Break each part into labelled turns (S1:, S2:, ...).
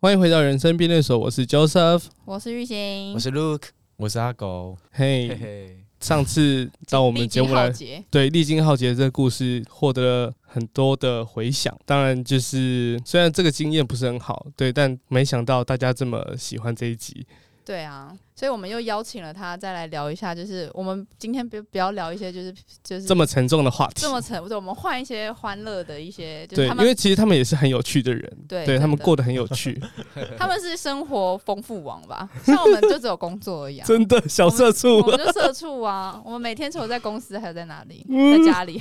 S1: 欢迎回到人生便利所，我是 Joseph。
S2: 我是玉兴，
S3: 我是 Luke，
S4: 我是阿狗，
S1: 嘿、
S3: 嘿嘿，
S1: 上次到我
S2: 历
S1: 们节
S2: 经
S1: 目
S2: 浩
S1: 来，
S2: 劫
S1: 对历经浩劫这个故事获得了很多的回响。当然，就是虽然这个经验不是很好，对，但没想到大家这么喜欢这一集。
S2: 对啊，所以我们又邀请了他再来聊一下，就是我们今天不不要聊一 些就是就是
S1: 这么沉重的话题
S2: 这。么沉，对，我们换一些欢乐的一些，就
S1: 对，
S2: 是他
S1: 因
S2: 们
S1: 为其实他们也是很有趣的人，
S2: 对
S1: 对他们
S2: 真的
S1: 过得很有趣，
S2: 他们是生活丰富王吧，像我们就只有工作而已 啊。
S1: 真的小社畜
S2: 我，们就社畜啊，我们每天除了在公司，还有在哪里？在 家里，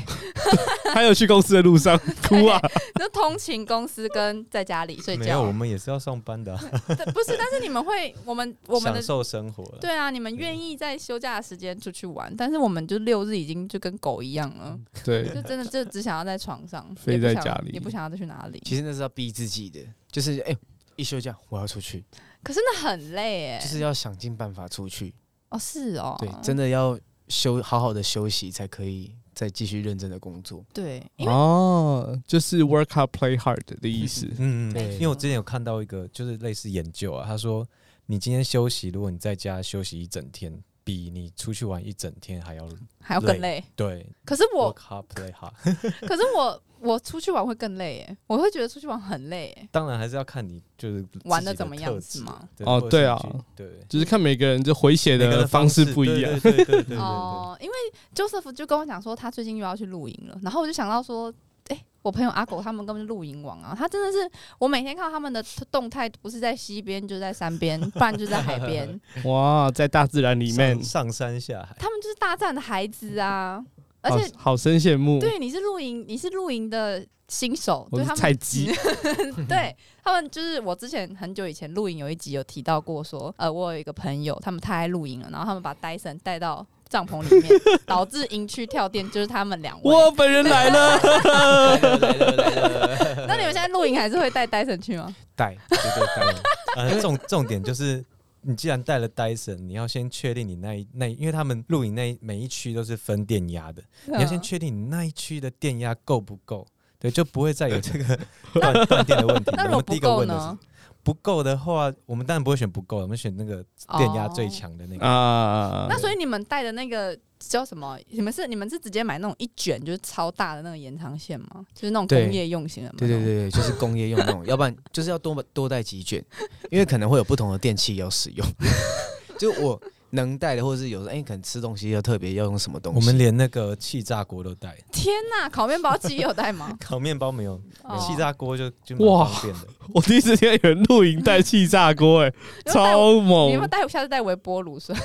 S1: 还有去公司的路上哭 啊，
S2: 就通勤公司跟在家里睡
S4: 没有，
S2: 觉啊
S4: 我。们也是要上班的啊、
S2: 但不是，但是你们会，我们我们的
S4: 享受生活了。。
S2: 对啊，你们愿意在休假的时间出去玩，但是我们就六日已经就跟狗一样了，
S1: 对
S2: 就真的就只想要在床上，
S1: 飞
S2: 也不
S1: 在
S2: 想
S1: 家里
S2: 也不想要再去哪里。
S3: 其实那是要逼自己的，就是哎、一休假我要出去，
S2: 可是那很累哎、
S3: 就是要想尽办法出去，
S2: 哦，是哦，
S3: 对，真的要休好好的休息，才可以再继续认真的工作。
S2: 对，因为
S1: 哦，就是 work hard play hard 的意 思
S4: 嗯，
S2: 对
S4: 嗯因为我之前有看到一个就是类似研究啊，他说你今天休息，如果你在家休息一整天，比你出去玩一整天还要
S2: 还要更累。
S4: 对。
S2: 可是我，
S4: work hard play hard，
S2: 可是我，我出去玩会更累哎、我会觉得出去玩很累哎、
S4: 当然还是要看你就是自己
S2: 玩得
S4: 的
S2: 怎么样
S4: 特
S2: 是
S4: 质
S2: 吗？
S1: 哦
S4: 或者
S1: 对
S4: 是
S1: 啊
S4: 你去对。
S1: 就是看每个人这回血
S4: 每个人
S1: 的方式不一样，，
S4: 对对对对对对对，
S2: 哦，因为 Joseph 就跟我讲说，他最近又要去露营了，然后我就想到说，哎、我朋友阿狗他们根本就露营王啊，他真的是我每天看到他们的动态，不是在西边就是在山边，不然就是在海边，
S1: 哇，在大自然里面
S4: 上，上山下海，
S2: 他们就是大战的孩子啊，而
S1: 好
S2: 且
S1: 好生羡慕。
S2: 对你是露营，你是露营的新手，
S1: 我
S2: 对
S1: 是
S2: 他
S1: 菜
S2: 们，
S1: 鸡，
S2: 对他们就是我之前很久以前露营有一集有提到过说，呃，我有一个朋友，他们太爱露营了，然后他们把戴森带到帐篷里面，导致营区跳电，就是他们两位。
S1: 我本人来 了，
S3: 来了来了来了，
S2: 那你们现在露营还是会带戴森去吗？
S4: 带， 对对带。呃，重重点就是，你既然带了 Dyson，你要先确定你那一那一，因为他们露营那一每一区都是分电压的，
S2: 嗯
S4: 你要先确定你那一区的电压够不够，对，就不会再有这 个断断电的问题。
S2: 那如果
S4: 我们第
S2: 不
S4: 一个
S2: 够
S4: 问的是
S2: 呢？
S4: 不够的话，我们当然不会选不够，我们选那个电压最强的那个。
S1: 啊
S2: 哦那所以你们带的那个叫什么？你们是你们是直接买那种一卷就是超大的那个延长线吗？就是那种
S3: 对
S2: 工业用型的吗？
S3: 对对对，对就是工业用那种，要不然就是要多多带几卷，因为可能会有不同的电器要使用。 就我能带的，或者是有时候哎、可能吃东西要特别要用什么东西。
S4: 我们连那个气炸锅都带，？
S2: 天哪，烤面包机有带吗
S4: 烤面包没有，
S2: 哦
S4: 气炸锅就就
S1: 哇
S4: 蛮方便的。
S1: 我第一次听到有人露营带气炸锅，哎，
S2: 你有带
S1: 超
S2: 你有没有
S1: 猛！
S2: 带下次带微波炉是吧？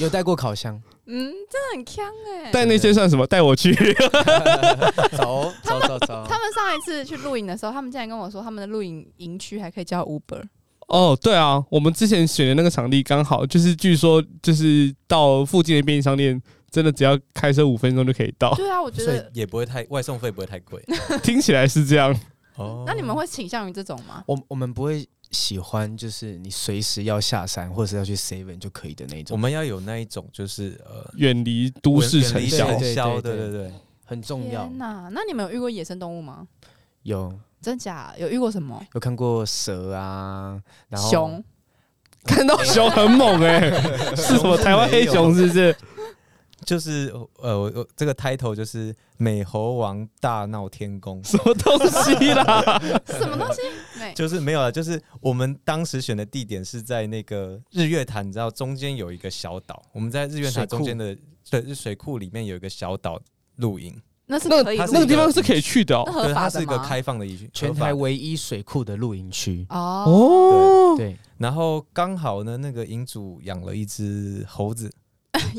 S3: 有带过烤 箱，
S2: 嗯，真的很呛哎、
S1: 带那些算什么？带我去，
S4: 哦
S3: 走走走走。
S2: 他们上一次去露营的时候，他们竟然跟我说，他们的露营营区还可以叫 Uber。
S1: 哦，对啊，我们之前选的那个场地刚好就是，据说就是到附近的便利商店，真的只要开车五分钟就哦可以到，
S2: 对啊，我觉
S4: 所以
S2: 得。
S4: 也不会太外送费不会太贵
S1: 听起来是这样。
S4: 哦
S2: 那你们会倾向于这种吗？
S3: 我我们不会喜欢，就是你随时要下山或者是要去 seven 就可以的那
S4: 我
S3: 种，
S4: 们要有那一种就是呃
S1: 远离都市
S4: 远
S1: 城
S4: 离
S1: 小，
S3: 对
S4: 尘嚣对
S3: 对
S4: 对对，
S3: 很重要
S2: 天。哪！那你们有遇过野生动物吗？
S3: 有
S2: 真假？有遇过什么？
S3: 有看过蛇啊，然后
S2: 熊？
S1: 看到熊很猛哎、是什么台湾黑熊是不是？
S4: 就是呃，我我这个 title 就是美猴王大闹天宫，
S1: 什么东西 啦？
S2: 什么东西？没
S4: 就是没有了，啊就是我们当时选的地点是在那个日月潭，你知道中间有一个小岛，我们在日月潭
S3: 水库
S4: 中间的对水库里面有一个小岛露营，
S2: 那是
S1: 那
S2: 可以
S4: 它
S2: 录
S4: 是
S1: 那
S2: 的，
S1: 个地方是可以去的
S2: 那
S1: 哦。
S2: 合
S4: 对，它
S2: 法
S4: 是
S2: 的
S4: 一个
S2: 吗？
S4: 开放的一区，
S3: 全
S4: 合法
S3: 台
S4: 的
S3: 唯一水库的露营区。
S2: 哦，
S1: 哦，
S3: 对，
S4: 然后刚好呢，那个营主养了一只猴子，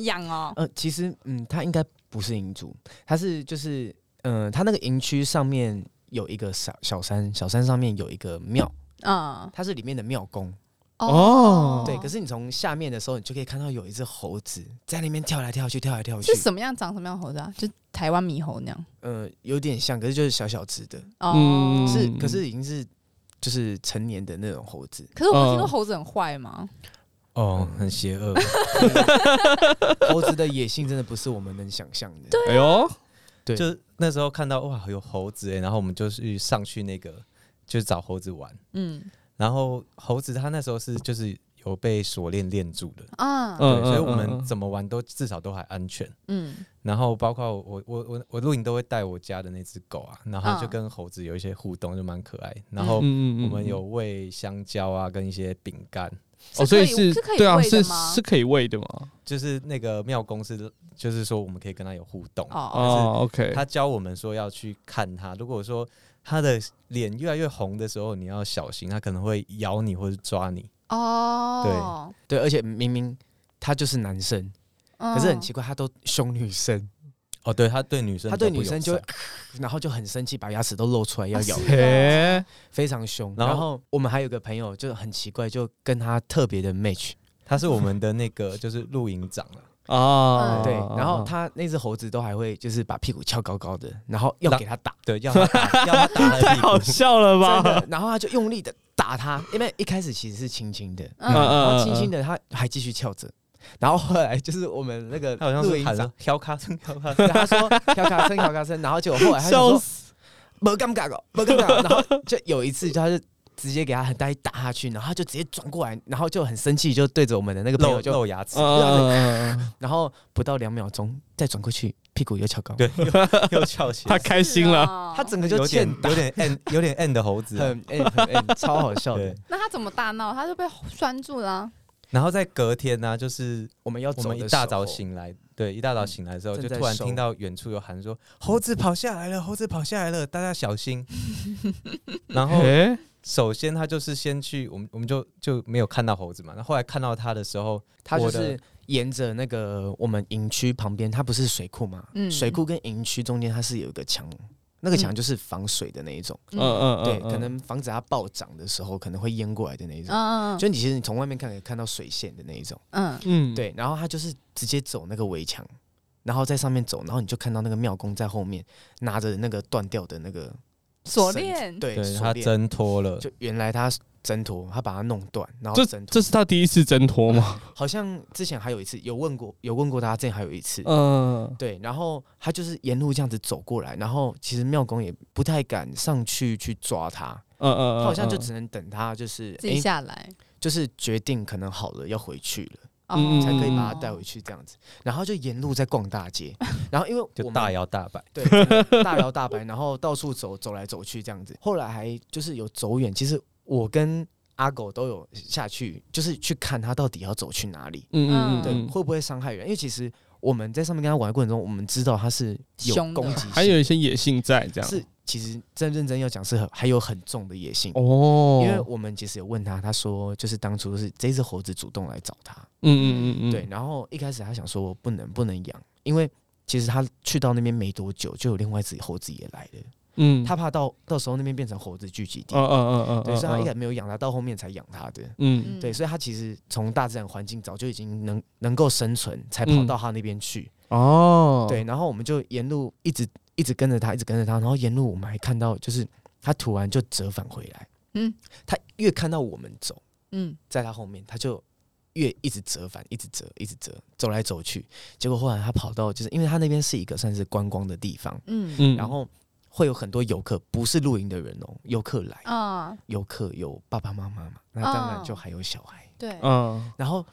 S2: 养哦，
S3: 呃，其实嗯，它应该不是营主，它是就是嗯、呃它那个营区上面有一个小小山，小山上面有一个庙，
S2: 嗯，
S3: 它是里面的庙宫。
S1: 哦
S3: 对，可是你从下面的时候，你就可以看到有一只猴子在那边跳来跳去，跳来跳去
S2: 是。什么样长什么样的猴子啊？就台湾猕猴那样。
S3: 呃，有点像，可是就是小小只的，
S2: 哦
S1: 嗯，
S3: 是可是已经是就是成年的那种猴子，
S2: 可是我不听说
S1: 嗯
S2: 猴子很坏吗？
S4: 哦，很邪 恶，
S3: 猴子的野性真的不是我们能想象的。
S1: 哎呦，
S3: 对
S4: 就那时候欸看到哇有猴子哎，然后我们就去上去那个就是找猴子玩。
S2: 嗯，
S4: 然后猴子它那时候是就是有被锁链链住的，
S2: 啊，
S1: 嗯
S4: 对，所以我们
S1: 嗯
S4: 怎么玩都至少都还安全。
S2: 嗯
S4: 然后包括我我我我露营都会带我家的那只狗啊，然后就跟猴子有一些互动，就蛮可爱。然后
S1: 嗯
S4: 我们有喂香蕉啊，跟一些饼干，
S1: 哦，
S2: 是
S1: 所以
S2: 可以
S1: 是
S2: 是可以
S1: 对啊，
S2: 喂的
S1: 是
S2: 吗
S1: 是可以喂的嘛？
S4: 就是那个妙公司，就是说我们可以跟它有互动。
S2: 哦，
S1: 哦，OK，
S4: 他教我们说要去看它，如果说它的脸越来越红的时候，你要小心，它可能会咬你或者抓你。
S2: 哦，
S3: 对，而且明明他就是男生，
S2: 对
S3: 可是很
S2: 嗯
S3: 奇怪，他都凶女生，
S4: 哦，对，它对女生
S3: 他
S4: 比较
S3: 对
S4: 不友
S3: 女
S4: 善，
S3: 生就会， 然后就很生气，把牙齿都露出来要咬
S2: 啊，是
S1: 嘿，
S3: 非常凶。
S4: 然后
S3: 然后我们还有个朋友就很奇怪，就跟他特别的 match，
S4: 它是我们的那个就是露营长了，
S1: 啊，
S2: 嗯
S3: 对，
S4: 哦
S3: 然后他那只猴子都还会就是把屁股翘高高的，然后要
S4: 那
S3: 给他打，
S4: 对，要它打要它打它的
S1: 太
S4: 屁
S1: 好
S4: 股，
S1: 笑了
S3: 真
S1: 吧？
S3: 的，然后他就用力的打他，因为一开始其实是轻轻的，
S1: 嗯
S2: 嗯
S3: 然后
S1: 嗯
S3: 轻轻的他还继续翘着，然后后来就是我们那个
S4: 它好像
S3: 录
S4: 是
S3: 音
S4: 喊
S3: 长，
S4: 了挑 卡声挑卡声，
S3: 然后他说调卡声调卡声，然后结果后来他就
S1: 笑
S3: 说
S1: 死，
S3: 没尴尬哦，没尴尬哦，然后就有一次就他就。直接给他很大力打下去，然后他就直接转过来，然后就很生气，就对着我们的那个朋
S4: 露
S3: 友就，
S4: 露牙齿，
S1: 嗯，
S3: 然后不到两秒钟再转过去，屁股又翘高，
S4: 对，又又翘起
S1: 他
S4: 来，
S1: 开心
S2: 啊
S1: 了，，
S3: 他整个就
S4: 有
S3: 欠
S4: 点
S3: 打
S4: 有，点 N 有点 N 的猴 子啊，
S3: 很 N 很 N，超好笑的
S4: 对。。
S2: 那他怎么大闹？他就被拴住了啊，
S4: 然后在隔天呢，就是
S3: 我们要
S4: 我
S3: 走
S4: 们
S3: 的
S4: 一大
S3: 时
S4: 早
S3: 候，嗯
S4: 醒来，对，一大早醒来之后，
S3: 正
S4: 就
S3: 在
S4: 突然
S3: 收
S4: 听到远处有喊说：“猴子跑下来了，猴子跑下来了，大家 小心。”然后
S1: 嘿，
S4: 首先他就是先去，我们我们就就没有看到猴子嘛。那后来看到他的时候，
S3: 他就
S4: 我的
S3: 是沿着那个我们营区旁边，它不是水库嘛？
S2: 嗯
S3: 水库跟营区中间它是有一个墙，那个墙
S2: 嗯
S3: 就是防水的那一种，
S1: 嗯嗯嗯，
S3: 对，
S1: 嗯
S3: 可能防止它暴涨的时候可能会淹过来的那一种。
S2: 嗯
S3: 就你其实你从外面看可以看到水线的那一种，
S2: 嗯
S1: 嗯，
S3: 对，然后他就是直接走那个围墙，然后在上面走，然后你就看到那个庙公在后面拿着那个断掉的那个
S2: 锁
S3: 绳子
S2: 链
S3: 对，
S4: 对
S3: 锁
S4: 他
S3: 链
S4: 挣脱了，
S3: 就原来他挣脱，他把它弄断，然后
S1: 这
S3: 挣脱。
S1: 这是他第一次挣脱吗？
S3: 好像之前还有一次有问过，有问过他，之前还有一次，
S1: 嗯，
S3: 对，然后他就是沿路这样子走过来，然后其实妙公也不太敢上去去抓他，
S1: 嗯嗯嗯，
S3: 他好像就
S1: 嗯
S3: 只能等他就是
S2: 自
S3: 哎、
S2: 己下来，
S3: 就是决定可能好了要回去了，
S1: 嗯
S2: 哦
S3: 才可以把他带回去这样子，然后就沿路在逛大街，然后因为我
S4: 就
S3: 们
S4: 大摇大摆。
S3: 对，真的大摇大摆，然后到处走，走来走去这样子。后来还就是有走远，其实我跟阿狗都有下去，就是去看他到底要走去哪里，
S1: 嗯嗯嗯
S3: 对，
S1: 嗯，
S3: 会不会伤害人？因为其实我们在上面跟他玩的过程中，我们知道他是有
S2: 凶的
S3: 攻击性，
S1: 还有一些野性在这样，
S3: 是其实真认真要讲是很还有很重的野性。
S1: 哦，
S3: 因为我们其实有问他，他说就是当初是这只猴子主动来找他，
S1: 嗯嗯嗯嗯，
S3: 对，，然后一开始他想说不能不能养，因为其实他去到那边没多久，就有另外一只猴子也来了，
S1: 嗯，
S3: 他怕到到时候那边变成猴子聚集地，
S1: 嗯，嗯嗯嗯嗯，
S3: 对，所以他一
S1: 嗯
S3: 开始没有养它，到后面才养它的。
S1: 嗯
S3: 对，所以他其实从大自然环境早就已经能能够生存，才跑
S1: 嗯
S3: 到他那边去。
S1: 哦，
S3: 对，，然后我们就沿路一直一直跟着他，一直跟着他，然后沿路我们还看到，就是他突然就折返回来。嗯
S2: 嗯，
S3: 他越看到我们走，
S2: 嗯
S3: 在他后面，他就越一直折返，一直折，一直折，走来走去。结果后来他跑到，就是因为他那边是一个算是观光的地方，
S2: 嗯
S1: 嗯，
S2: 嗯
S3: 然后会有很多游客，不是露营的人哦，游客来，
S2: 啊，哦
S3: 游客有爸爸妈妈嘛，那当然就还有小孩。
S2: 对，
S1: 嗯，
S3: 然后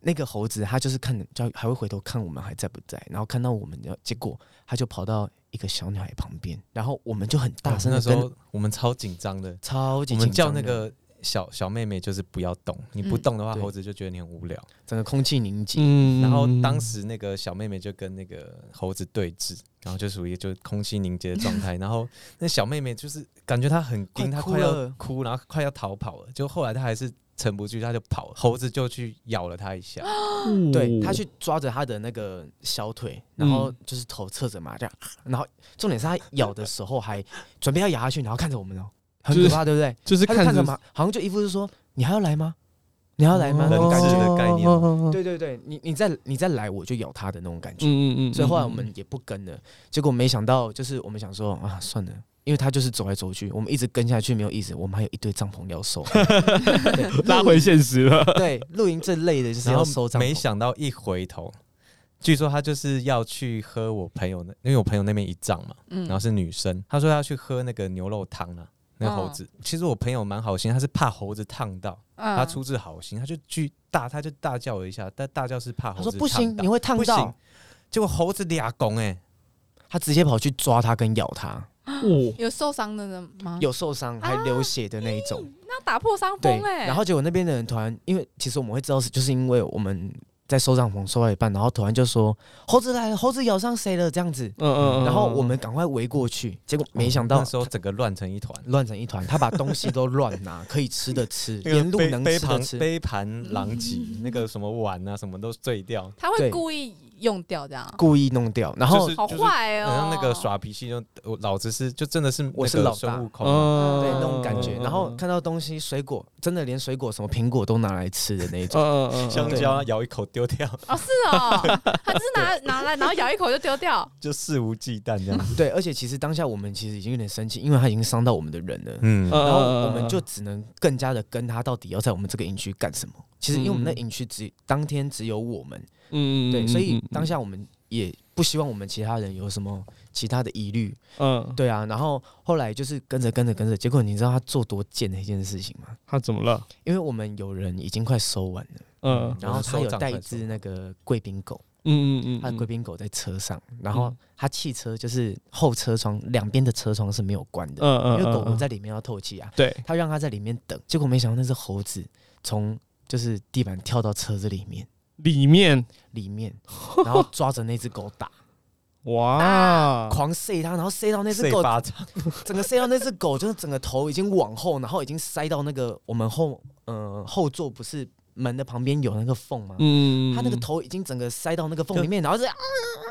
S3: 那个猴子他就是看，就还会回头看我们还在不在，然后看到我们，然后结果他就跑到一个小女孩旁边，然后我们就很大
S4: 哦
S3: 声
S4: 那
S3: 的
S4: 时
S3: 跟，
S4: 候我们超紧张的，
S3: 超级
S4: 我们
S3: 紧张
S4: 叫那
S3: 的
S4: 个小小妹妹就是不要动，你不
S2: 嗯
S4: 动的话，
S3: 对
S4: 猴子就觉得你很无聊。
S3: 整个空气凝结，
S1: 嗯，
S4: 然后当时那个小妹妹就跟那个猴子对峙，然后就属于就空气凝结的状 态。然后那小妹妹就是感觉她很
S3: 快
S4: 惊，她
S3: 哭
S4: 快要
S3: 了
S4: 哭，然后快要逃跑了。就后来她还是撑不住，她就跑了，猴子就去咬了她一 下。
S1: 哦
S4: 嗯
S3: 对他去抓着他的那个小腿，然后就是头侧着嘛，这样，然后重点是他咬的时候还准备要咬下去，然后看着我们哦，很
S1: 就
S3: 可
S1: 是
S3: 怕，对不对？
S1: 就是
S3: 他就看着
S1: 着
S3: 嘛，好像就一副是说你还要来吗？你还要来吗？那种
S4: 人
S3: 感
S4: 质
S3: 觉。
S4: 的概念
S1: 哦，
S3: 对对对，你你再你再来我就咬他的那种感觉。
S1: 嗯嗯嗯，
S3: 所以后来我们也不跟了，结果没想到就是我们想说啊，算了。因为他就是走来走去，我们一直跟下去没有意思，我们还有一堆帐篷要 收。
S1: 拉回现实了，
S3: 对，露营这类的就是
S4: 然
S3: 要
S4: 后
S3: 收帐篷。
S4: 没想到一回头，据说她就是要去喝我朋友那，因为我朋友那边一仗嘛，
S2: 嗯
S4: 然后是女生，她说要去喝那个牛肉汤啊。那
S3: 哦
S4: 个猴子。其实我朋友蛮好心，他是怕猴子烫到，
S2: 嗯
S4: 他出自好心，他就去大，他就大叫了一下，但大叫是怕
S3: 他
S4: 猴
S3: 说
S4: 子
S3: 不行
S4: 烫，到
S3: 你会烫
S4: 不行
S3: 到。，
S4: 结果猴子俩拱哎，
S3: 他直接跑去抓他跟咬
S4: 啊
S3: 他，
S1: 哦，
S2: 嗯有受伤的人吗？，
S3: 有受伤还流血的那一种。
S2: 那打破伤
S3: 对
S2: 风，
S4: 欸
S2: 哎。
S3: 然后结果那边的人突然，因为其实我们会知道是，就是因为我们在收帐篷收到一半，然后突然就说猴子来了，猴子咬伤谁了这样子，
S1: 嗯嗯嗯，
S3: 然后我们赶快围过去，结果没想到
S4: 哦那时候整个乱成一团，
S3: 乱成一团，他把东西都乱拿，可以吃的吃，
S4: 那个
S3: 沿路
S4: 杯
S3: 能
S4: 杯
S3: 吃的
S4: 盘
S3: 吃。
S4: 杯盘狼藉，那个什么碗啊什么都碎掉，
S2: 他会
S3: 对
S2: 故意用掉这样，
S3: 故意弄掉，然后、
S4: 就是
S2: 好坏
S4: 好
S2: 哦。
S4: 像那个耍脾气就我老子是就真的是
S3: 哎我是
S4: 那个
S3: 老大
S4: 孙悟空啊，
S1: 嗯
S3: 对那种
S2: 嗯
S3: 感觉，然后看到东西水果，真的连水果什么苹果都拿来吃的那 一种。
S1: 嗯嗯嗯，
S4: 香蕉咬一口丢掉，
S2: 哦，是哦，他只是拿拿来，然后咬一口就丢掉。
S4: 就肆无忌惮这样。
S3: 对，而且其实当下我们其实已经有点生气，因为他已经伤到我们的人了。
S1: 嗯
S4: 嗯
S3: 然后我们就只能更加的跟他到底要在我们这个营区干什么。其实因为我
S4: 嗯
S3: 们那营区只当天只有我们，
S1: 嗯
S3: 对，所以当下我们也不希望我们其他人有什么其他的疑虑，
S1: 嗯，
S3: 对啊。然后后来就是跟着跟着跟着，结果你知道他做多贱的一件事情吗？
S1: 他怎么了？
S3: 因为我们有人已经快收完了，
S1: 嗯
S3: 然后他
S4: 收
S3: 有
S4: 帐
S3: 带
S4: 篷
S3: 一
S4: 收
S3: 只那个贵宾狗，
S1: 嗯嗯嗯，
S3: 他的贵宾狗在车上，然后
S1: 嗯
S3: 他汽车就是后车窗两边的车窗是没有关的，
S1: 嗯嗯，
S3: 因为狗狗在里面要透气啊。
S1: 对，
S3: 他让他在里面等，结果没想到那只猴子从就是地板跳到车子里面，
S1: 里面
S3: 里面，然后抓着那只狗打，
S1: 哇，
S3: 狂塞它，然后塞到那只
S4: 碎
S3: 狗，
S4: 巴掌，
S3: 整个塞到那只狗，就是整个头已经往后，然后已经塞到那个我们后呃后座不是门的旁边有那个缝吗？
S1: 嗯，
S3: 它那个头已经整个塞到那个缝里面，然后是啊啊啊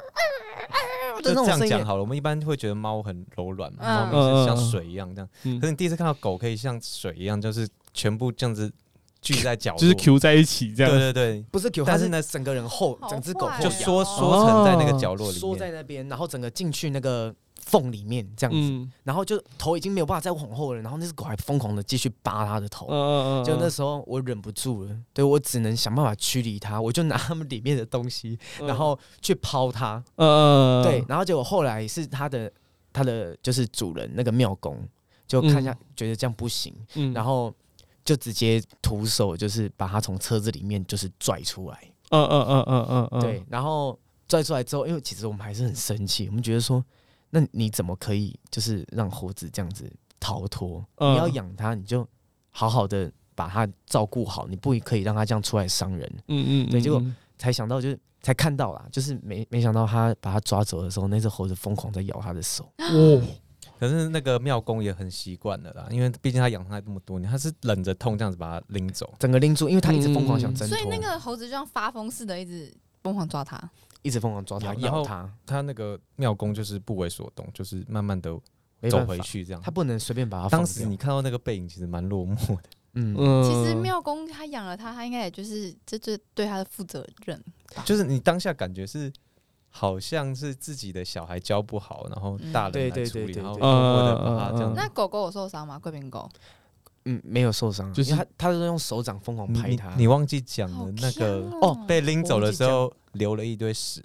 S3: 啊
S4: 就
S3: 的那
S4: 这
S3: 种
S4: 样
S3: 声
S4: 讲
S3: 音，
S4: 好了。我们一般会觉得猫很柔软嘛，
S2: 嗯
S4: 猫咪是像水一样这样。
S1: 嗯
S4: 可是你第一次看到狗可以像水一样，就是全部这样子聚在角落，
S1: 就是 Q 在一起这
S4: 对
S1: 样，
S4: 对对，
S3: 不是 Q，它
S4: 但是
S3: 是
S4: 呢
S3: 呢整个人后
S2: 好
S3: 整只狗
S2: 坏
S3: 后
S2: 哦
S4: 就
S3: 仰
S4: 缩缩成在
S3: 哦
S4: 那个角落里
S3: 缩在
S4: 面。
S3: 那边，然后整个进去那个缝里面这样子。
S1: 嗯
S3: 然后就头已经没有办法再往后了，然后那只狗还疯狂的继续扒它的头。
S1: 嗯嗯，
S3: 就那时候我忍不住了，对我只能想办法驱离它，我就拿它们里面的东西，
S4: 嗯
S3: 然后去抛它。
S1: 嗯
S3: 对，然后结果后来是它的它的就是主人那个庙公，就看一下、觉得这样不行，
S1: 嗯
S3: 然后就直接徒手就是把它从车子里面就是拽出来。
S1: 嗯嗯嗯嗯嗯嗯，
S3: 对，然后拽出来之后，因为其实我们还是很生气，我们觉得说，那你怎么可以就是让猴子这样子逃脱？
S1: 嗯
S3: 你要养它，你就好好的把它照顾好，你不可以让它这样出来伤人。
S1: 嗯嗯，
S3: 才想到就是才看到啦，就是没没想到他把它抓走的时候，那只猴子疯狂在咬他的手，
S1: 哦，
S4: 可是那个妙公也很习惯了啦，因为毕竟他养它这么多年，他是忍着痛这样子把它拎走。
S3: 整个拎住，因为他一直疯狂想挣脱，
S2: 所以那个猴子就像发疯似的，一直疯狂抓他。
S3: 一直疯狂抓它
S4: 然后
S3: 咬它，
S4: 他那个妙公就是不为所动，就是慢慢的
S3: 没
S4: 走
S3: 办
S4: 回
S3: 法，
S4: 去这样
S3: 他。不能随便把它放
S4: 当时
S3: 掉
S4: 你。看到那个背影，其实蛮落寞的。
S3: 嗯，
S1: 嗯，
S2: 其实妙公他养了他，他应该也就是这这对他的负责任。
S4: 就是你当下感觉是好像是自己的小孩教不好，然后大人
S3: 对
S4: 来
S3: 嗯对
S4: 处
S3: 对
S4: 理，
S3: 对
S4: 然后
S3: 对
S4: 默默的把
S1: 嗯嗯
S4: 他这
S1: 嗯
S4: 样
S2: 那狗狗有受伤吗？贵宾狗
S3: 嗯，没有受伤，
S1: 就
S3: 就是是他他是用手掌疯狂
S4: 你
S3: 拍
S4: 你
S3: 它。
S4: 你忘记讲
S2: 好
S4: 了那
S2: 香
S4: 个
S2: 哦
S4: 被拎走的时候留了一堆屎，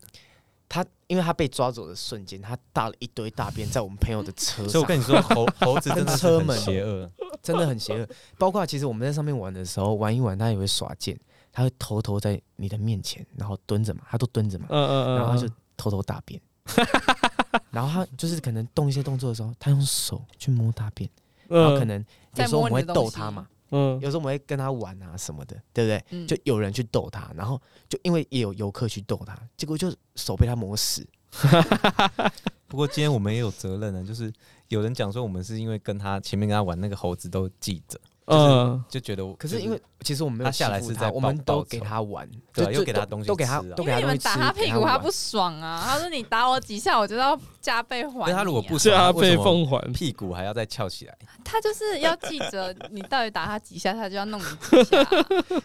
S3: 他因为他被抓走的瞬间，他大了一堆大便在我们朋友的车
S4: 所以
S3: 上
S4: 我，跟你说，猴猴子真的是
S3: 车
S4: 很
S3: 门
S4: 邪恶，
S3: 真的很邪恶。包括其实我们在上面玩的时候，玩一玩他也会耍贱，他会偷偷在你的面前，然后蹲着嘛，他都蹲着嘛，
S1: 嗯嗯，
S3: 然后他就偷偷大 便。然后他就是可能动一些动作的时候，他用手去摸大便，
S4: 嗯
S3: 然后可能有
S2: 在
S3: 时候我
S2: 摸
S3: 们
S2: 你
S3: 会
S2: 的
S3: 逗
S2: 东
S3: 他嘛
S2: 西。，
S1: 嗯
S3: 有时候我们会跟他玩啊什么的，对不对？
S2: 嗯
S3: 就有人去逗他，然后就因为也有游客去逗他，结果就手被他磨死。
S4: 不过今天我们也有责任呢，就是有人讲说我们是因为跟他前面跟他玩那个猴子都记着，
S1: 嗯
S4: 就觉得我
S3: 可
S4: 就是
S3: 因为其实我们没有
S4: 他下来
S3: 欺负
S4: 是在
S3: 我
S4: 报
S3: 们都
S4: 报
S3: 给
S4: 仇
S3: 他玩，
S4: 对啊
S3: 就
S4: 又
S3: 就
S4: 给他
S3: 都
S4: 东西
S3: 都给他
S4: 吃啊
S3: 都
S2: 因
S3: 给
S2: 为
S3: 他
S2: 你
S3: 东
S2: 们
S3: 西
S2: 打
S3: 吃
S2: 他
S3: 给
S2: 屁股，他
S3: 玩
S2: 不爽啊！他说你打我几下，我就要加倍还你啊、
S4: 但他如果不
S1: 是啊，
S4: 爽，
S1: 被
S4: 为什么
S1: 奉还，
S4: 屁股还要再翘起来，
S2: 他就是要记着你到底打他几下，他就要弄你几下。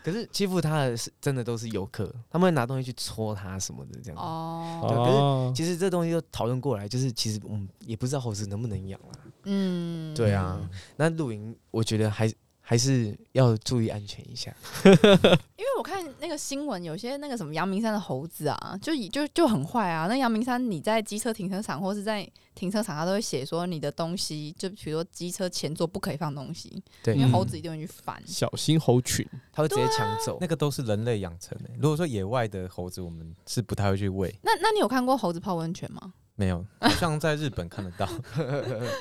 S3: 可是欺负他的是真的都是游客，他们会拿东西去戳他什么的这样。
S2: 哦，
S1: 哦，
S3: 其实这东西都讨论过来，就是其实我啊们也不知道猴子能不能养啦。
S2: 嗯，
S3: 对啊，那露营我觉得还还是要注意安全一下。
S2: 因为我看那个新闻，有些那个什么阳明山的猴子啊，就以就就很坏啊。那阳明山你在机车停车场或是在停车场，它都会写说你的东西，就比如说机车前座不可以放东西，
S3: 对
S4: 嗯
S3: 嗯
S2: 因为猴子啊一定会去翻。
S1: 小心猴群。
S3: 他会直接抢走
S4: 那。个都是人类养成的。如果说野外的猴子，我们是不太会去喂，
S2: 那那你有看过猴子泡温泉吗？
S4: 没有，好像在日本看得到。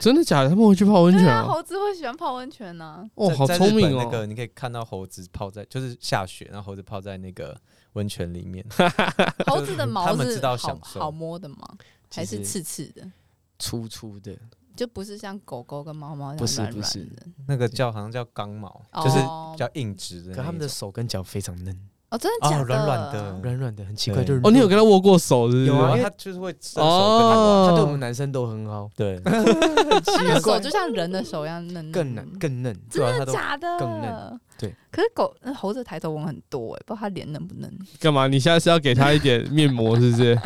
S1: 真的假的？他们会去泡温泉
S2: 对啊，
S1: 啊？
S2: 猴子会喜欢泡温泉啊呢、
S1: 哦，
S4: 在
S1: 好
S4: 在日
S1: 聪明
S4: 本那
S1: 哦！
S4: 个你可以看到猴子泡在，就是下雪，然后猴子泡在那个温泉里面。
S2: 猴子的毛
S4: 他们
S2: 是
S4: 知道
S2: 好
S4: 享受
S2: 好摸的吗？还是
S3: 其实
S2: 刺刺的？
S3: 粗粗的，
S2: 就不是像狗狗跟猫猫
S3: 不是
S2: 这样软
S3: 不是
S2: 软的
S4: 那个叫好像叫刚毛，
S2: 哦
S4: 就是比较硬直的那一种。
S3: 可他们的手跟脚非常嫩，
S2: 哦，真的
S4: 哦
S2: 假的？
S4: 软软的嗯
S3: 软软的，很奇怪。
S4: 对
S3: 就是
S1: 哦，你有跟他握过手是不是？
S3: 有啊
S4: 然后
S3: 因为
S4: 它就是会伸手跟你玩。
S3: 他对我
S1: 哦
S3: 们男生都很好，
S4: 对，
S2: 它的手
S3: 怪
S2: 就像人的手一样嫩嫩，
S3: 更嫩更嫩。
S4: 对啊，他都
S2: 假的？
S3: 更嫩对。
S2: 可是狗那猴子抬头纹很多哎、不知道它脸嫩不嫩。
S1: 干嘛？你现在是要给他一点面膜是不 是？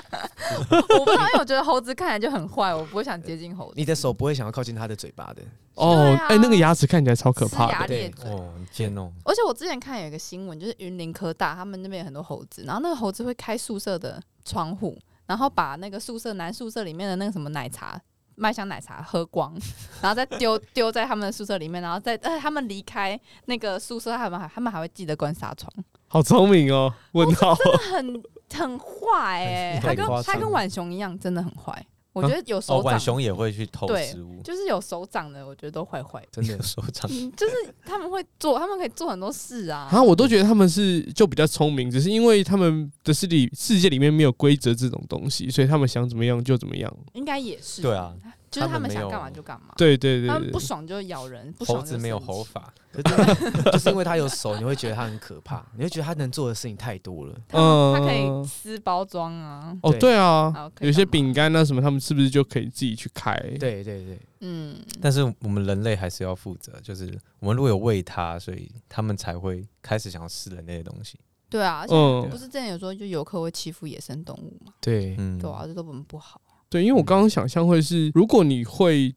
S2: 我不知道，因为我觉得猴子看起来就很坏，我不会想接近猴子。
S3: 你的手不会想要靠近他的嘴巴的，
S1: 哦
S2: 对，啊
S1: 哎，那个牙齿看起来超可怕
S2: 呲牙
S1: 的。
S2: 咧嘴。
S4: 哦，很尖哦，
S2: 而且我之前看有一个新闻，就是云林科大他们那边有很多猴子，然后那个猴子会开宿舍的窗户，然后把那个宿舍男宿舍里面的那个什么奶茶。麦香奶茶喝光， 然后再丢丢在他们的宿舍里面，然后再呃他们离开那个宿舍，他们还他们还会记得关纱窗，
S1: 好聪明哦！问号，
S2: 很很坏哎、
S4: 太
S2: 他跟
S4: 夸张
S2: 他跟浣熊一样，真的很坏。我觉得有
S4: 哦，
S2: 手掌，
S4: 浣熊也会去偷
S2: 对
S4: 食物，
S2: 就是有手掌的，我觉得都坏坏的。
S3: 真的
S4: 手掌。
S2: 嗯， 就是他们会做，他们可以做很多事啊。
S1: 啊，我都觉得他们是就比较聪明，只是因为他们的世里世界里面没有规则这种东西，所以他们想怎么样就怎么样。
S2: 应该也是。
S4: 对啊，
S2: 就是他
S4: 他
S2: 们
S4: 们没
S2: 想
S4: 有
S2: 干嘛就干嘛。
S1: 对对
S2: 他
S1: 对
S2: 们
S1: 对
S2: 不，爽就咬人，不爽
S4: 猴
S2: 就
S4: 子没有
S2: 生气
S4: 猴，法，
S3: 可是就是因为他有手，你会觉得他很可 怕，你会觉得他能做的事情太多了。
S2: 他们他可以
S1: 嗯
S2: 撕包装啊。
S1: 哦，
S3: 对
S1: 对啊
S2: 好，可以
S1: 有些
S2: 干嘛
S1: 饼干啊什么，他们是不是就可以自己去开？
S3: 对对对，
S2: 嗯，
S4: 但是我们人类还是要负责，就是我们如果有喂它，所以他们才会开始想要吃人类的东西。
S2: 对啊，而且
S1: 嗯
S2: 不，是之前有说就游客会欺负野生动物嘛？
S3: 对，
S4: 嗯，
S2: 对啊，这都很不好。
S1: 对，因为我刚刚想象会是，如果你会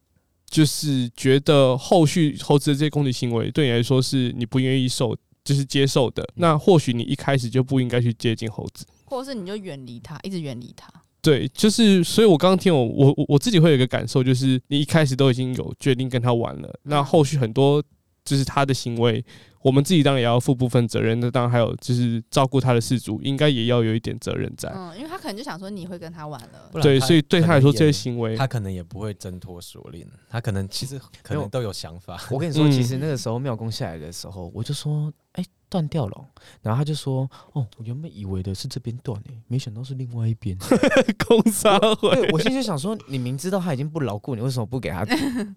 S1: 就是觉得后续猴子的这些攻击行为对你来说是你不愿意受，就是接受
S3: 嗯
S1: 的，那或许你一开始就不应该去接近猴子。
S2: 或者是你就远离它，一直远离它。
S1: 对，就是，所以我刚刚听我我我我自己会有一个感受，就是你一开始都已经有决定跟他玩了，那后续很多就是他的行为，我们自己当然也要负部分责任，那当然还有就是照顾他的事主，应该也要有一点责任在。
S2: 嗯，因为他可能就想说你会跟他玩了
S4: 不。然
S1: 对，
S4: 它
S1: 所以对
S4: 可
S1: 他
S4: 能
S1: 来说
S4: 也
S1: 这些行为，
S4: 他可能也不会挣脱锁链，他可能其实可
S3: 没有
S4: 能都有想法。
S3: 我跟你说，
S1: 嗯
S3: 其实那个时候妙公下来的时候，我就说，哎、断掉了哦。然后他就说，哦，我原本以为的是这边断诶、欸没想到是另外一边。
S1: 工商会，
S3: 对，我心里就想 说，你明知道他已经不牢固，你为什么不给他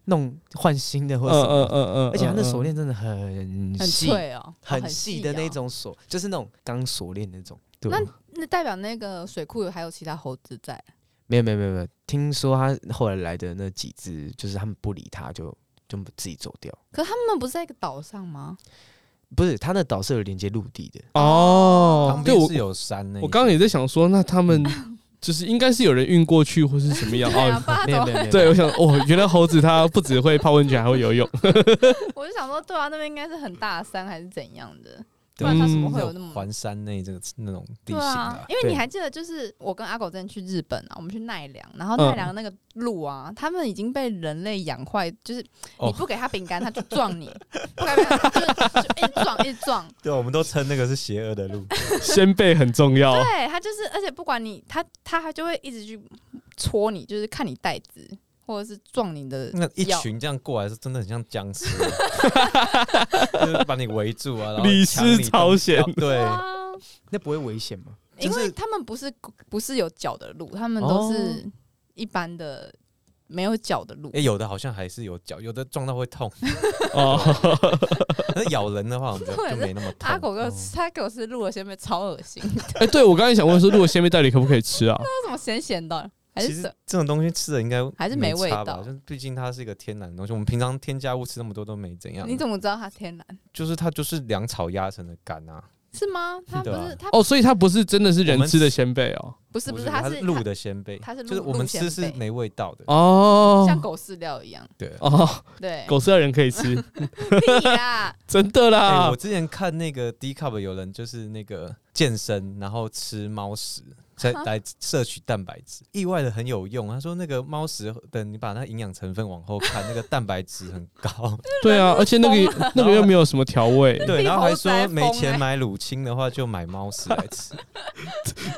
S3: 弄换新的
S1: 嗯
S3: 或者什么？
S1: 嗯嗯嗯，
S3: 而且他那手
S1: 链。
S3: 链真的很
S2: 很
S3: 细、
S2: 脆哦，
S3: 很
S2: 细
S3: 细的
S2: 哦
S3: 那。种锁，就是那种钢锁链那种。对，
S2: 那那代表那个水库有还有其他猴子在，
S3: 没有没有没有没有，听说他后来来的那几只，就是他们不理他就就自己走掉。
S2: 可是他们不是在一个岛上吗？
S3: 不是，他那岛是有连接陆地的，
S1: 哦
S4: 旁，
S1: 对
S4: 边
S1: 我
S4: 是有山呢。
S1: 我刚刚也在想说，那他们就是应该是有人运过去或是什么 样
S2: 对啊，
S1: 哦。
S2: 不然他
S3: 没
S2: 怎
S3: 有
S2: 么
S3: 没有没有，
S1: 对，我想哦，原来猴子它不只会泡温泉，还会游泳。
S2: 我就想说，对啊，那边应该是很大的山还是怎样的，不
S4: 对
S2: 然他怎啊么
S1: 嗯
S2: 会
S4: 会
S2: 有
S4: 有
S2: 那么
S4: 环山内这个那种地
S2: 对
S4: 形
S2: 啊
S4: 啊？，
S2: 因为你
S3: 对
S2: 还记得，就是我跟阿狗之前去日本啊，我们去奈良，然后
S1: 嗯
S2: 奈良那个路啊，他们已经被人类养坏，就是你
S4: 哦
S2: 不给他饼干，他就撞你；不给他饼干，就就一直撞一直撞。
S4: 对，我们都称那个是邪恶的路。
S1: 先辈很重要。
S2: 对他就是，而且不管你他他还就会一直去戳你，就是看你袋子，或者是撞你的
S4: 那一
S2: 腰。
S4: 群这样过来是真的很像 僵尸，就是把你围住啊，然后
S1: 李
S4: 抢你
S1: 斯朝鲜
S4: 东西哦对，
S2: 啊，
S3: 那不会危险吗？
S2: 因
S4: 就是
S2: 为他们不是不是有脚的路，他们都
S3: 哦
S2: 是一般的没有脚的路。
S4: 哎，有的好像还是有脚，有的撞到会痛，
S1: 哦，
S4: 那咬人的话我们就就没那么痛。
S2: 阿狗哥
S4: 哦，
S2: 他给我吃鹿的鲜贝，超恶心，
S1: 哎，对我刚才想问说，如果鲜贝到底可不可以吃 啊？
S2: 为什么咸咸的？还
S4: 其
S2: 是
S4: 实
S2: 什
S4: 这种东西吃的应该
S2: 还是没
S4: 没
S2: 味
S4: 差
S2: 道
S4: 吧，就是毕竟它是一个天然的东西，我们平常添加物吃那么多都没怎样。
S2: 你怎么知道它天然？
S4: 就是它就是粮草压成的干啊，
S2: 是吗？它不
S4: 对啊
S2: 是它
S1: 哦，所以它不是真的是人吃
S4: 我
S1: 的
S4: 们
S1: 鲜贝哦。
S2: 不是
S4: 我
S2: 不是，
S4: 觉得
S2: 它
S4: 它
S2: 是
S4: 鹿的鲜贝，
S2: 它是
S4: 就是
S2: 鹿
S4: 我们
S2: 鹿鲜
S4: 吃是
S2: 贝
S4: 没味道的。
S2: 它
S1: 哦
S2: 像狗饲料一样，
S4: 对，
S1: 哦，
S2: 对，
S1: 狗吃的人可以 吃，
S2: 屁啦，
S1: 真的
S4: 哎、
S1: 啦
S4: 我。之前看那个 D cup 有人就是那个健身，然后吃猫食，才
S2: 啊
S4: 来摄取蛋白质，意外的很有用。他说那个猫食的，你把那营养成分往 后看，那个蛋白质很高。
S1: 对啊，而且那个那个又没有什么调味，
S4: 对，
S2: 你
S4: 然后还
S2: 猴
S4: 说
S2: 腮
S4: 没
S2: 疯
S4: 钱
S2: 欸
S4: 买乳清的话，就买猫食来吃。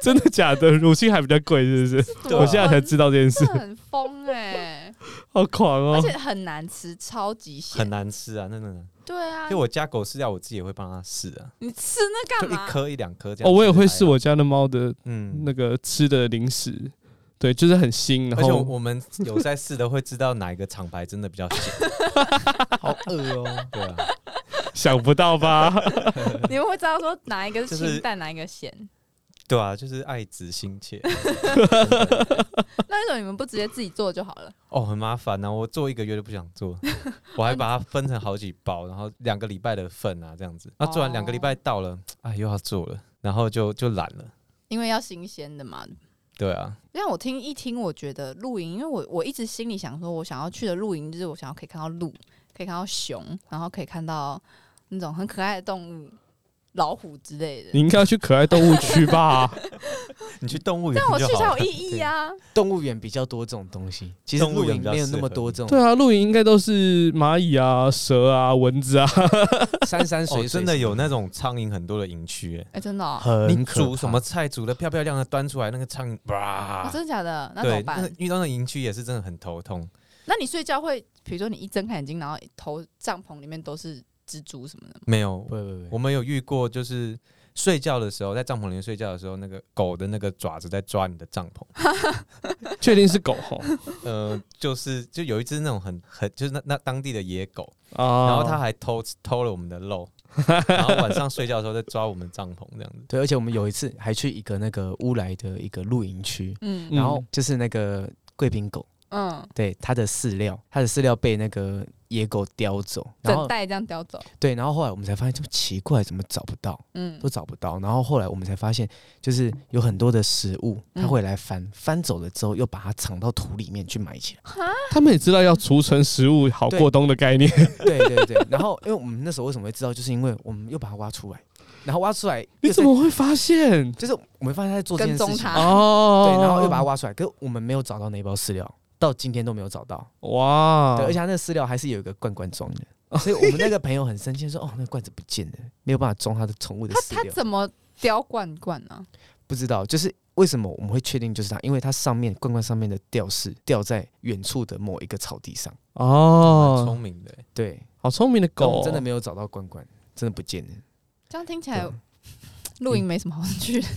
S1: 真的假的？乳清还比较贵，是不是？
S4: 对啊
S1: 我现在才知道这件事
S2: 真，的很疯哎，
S1: 好狂
S2: 而
S1: 哦！
S2: 且很难吃，超级
S4: 很
S2: 咸，
S4: 难吃啊，那的。
S2: 对啊
S4: 就，我家狗饲料，我自己也会帮它试啊，
S2: 你吃那干
S4: 就一
S2: 嘛？
S4: 颗一两颗这样。
S1: 哦，我也会试，我家的猫的
S4: 嗯，
S1: 那个吃的零食，对，就是很新，然
S4: 而且
S1: 后
S4: 我我们有在试的，会知道哪一个厂牌真的 比较咸。
S3: 好饿 哦。
S4: 对啊，
S1: 想不到吧？
S2: 你们会知道说哪一个是
S4: 就是
S2: 清淡，哪一个咸？
S4: 对啊，就是爱子心切。
S2: 那为什么你们不直接自己做就好了？
S4: 哦，很麻烦呐、我做一个月都不想 做，我还把它分成好几包，然后两个礼拜的份啊，这样子。那做完两个礼拜到
S2: 哦
S4: 了，哎，又要做了，然后就就懒了。
S2: 因为要新鲜的嘛。
S4: 对啊，
S2: 让我听一听，我觉得露营，因为我我一直心里想说，我想要去的露营就是我想要可以看到鹿，可以看到熊，然后可以看到那种很可爱的动物，老虎之类的
S1: 你。应该要去可爱动物区 吧？
S4: 你去动物园
S2: 但我去
S4: 就好
S2: 才
S4: 了哦
S2: 有意义啊！
S3: 动物园比较多这种东西，其实
S4: 动物
S3: 露
S4: 园
S3: 营
S4: 比较
S3: 没有那么
S4: 适合
S3: 多这种
S1: 对啊，露营应该都是蚂蚁啊、蛇啊、蚊子啊，
S3: 山山水
S4: 哦，
S3: 水，
S4: 真的有那种苍蝇很多的营区、欸，
S2: 哎、真的、哦
S3: 很
S4: 你
S3: 可
S4: 煮什
S3: 怕
S4: 么菜煮的漂漂亮亮，端出来那个苍蝇，
S2: 哦
S4: 哇！
S2: 真的假的？那怎么
S4: 对，
S2: 办？
S4: 那
S2: 那
S4: 个遇到那营区也是真的很头痛。
S2: 你睡觉会，比如说你一睁开眼睛，然后头帐篷里面都是蜘蛛什么的吗，
S4: 没有
S3: 不，不不，
S4: 我们有遇过，就是睡觉的时候，在帐篷里面睡觉的时候，那个狗的那个爪子在抓你的帐 篷。
S1: 确定是狗吼
S4: 呃，就是就有一只那种很很就是那那当地的野狗，
S3: 哦
S1: 啊？
S4: 然后它还偷偷了我们 的肉，然后晚上睡觉的时候再抓我们帐篷这样子。
S3: 对，而且我们有一次还去一个那个乌来的一个露营区，
S2: 嗯
S1: 嗯
S3: 然后就是那个贵宾狗，
S2: 嗯，
S3: 对它的饲料，它的饲料被那个野狗叼走，然
S2: 整
S3: 后
S2: 袋这样叼走，
S3: 对，然后后来我们才发现这么奇怪，怎么找不到，
S2: 嗯
S3: 都找不到。然后后来我们才发现，就是有很多的食物，它
S2: 嗯
S3: 会来翻，翻走了之后又把它藏到土里面去埋起来。
S1: 他们也知道要储存食物好过冬的概念，
S3: 对对对， 然后因为我们那时候为什么会知道，就是因为我们又把它挖出来，然后挖出来
S1: 你
S3: 又
S1: 怎
S3: 在
S1: 么会发现？
S3: 就是我们发现它在做这件
S2: 跟踪
S3: 事情，
S2: 它，
S1: 哦，
S3: 啊对，然后又把它挖出来，可是我们没有找到那一包饲料，到今天都没有找到。
S1: 哇，
S3: 对，而且它那个饲料还是有一个罐罐装的，所以我们那个朋友很生气，说：“哦，那个罐子不见了，没有办法装它的宠物的饲
S2: 它
S3: 料。
S2: 怎么叼罐罐呢、”
S3: 不知道，就是为什么我们会确定就是它，因为它上面罐罐上面的吊饰吊在远处的某一个草地上。
S4: 蛮
S1: 哦
S4: 聪，明的欸、
S3: 对，
S1: 好聪明的
S3: 但我
S1: 狗
S3: 们
S1: 哦，
S3: 真的没有找到罐罐，真的不见了。
S2: 这样听起来
S3: 对
S2: 露营没什么好去的。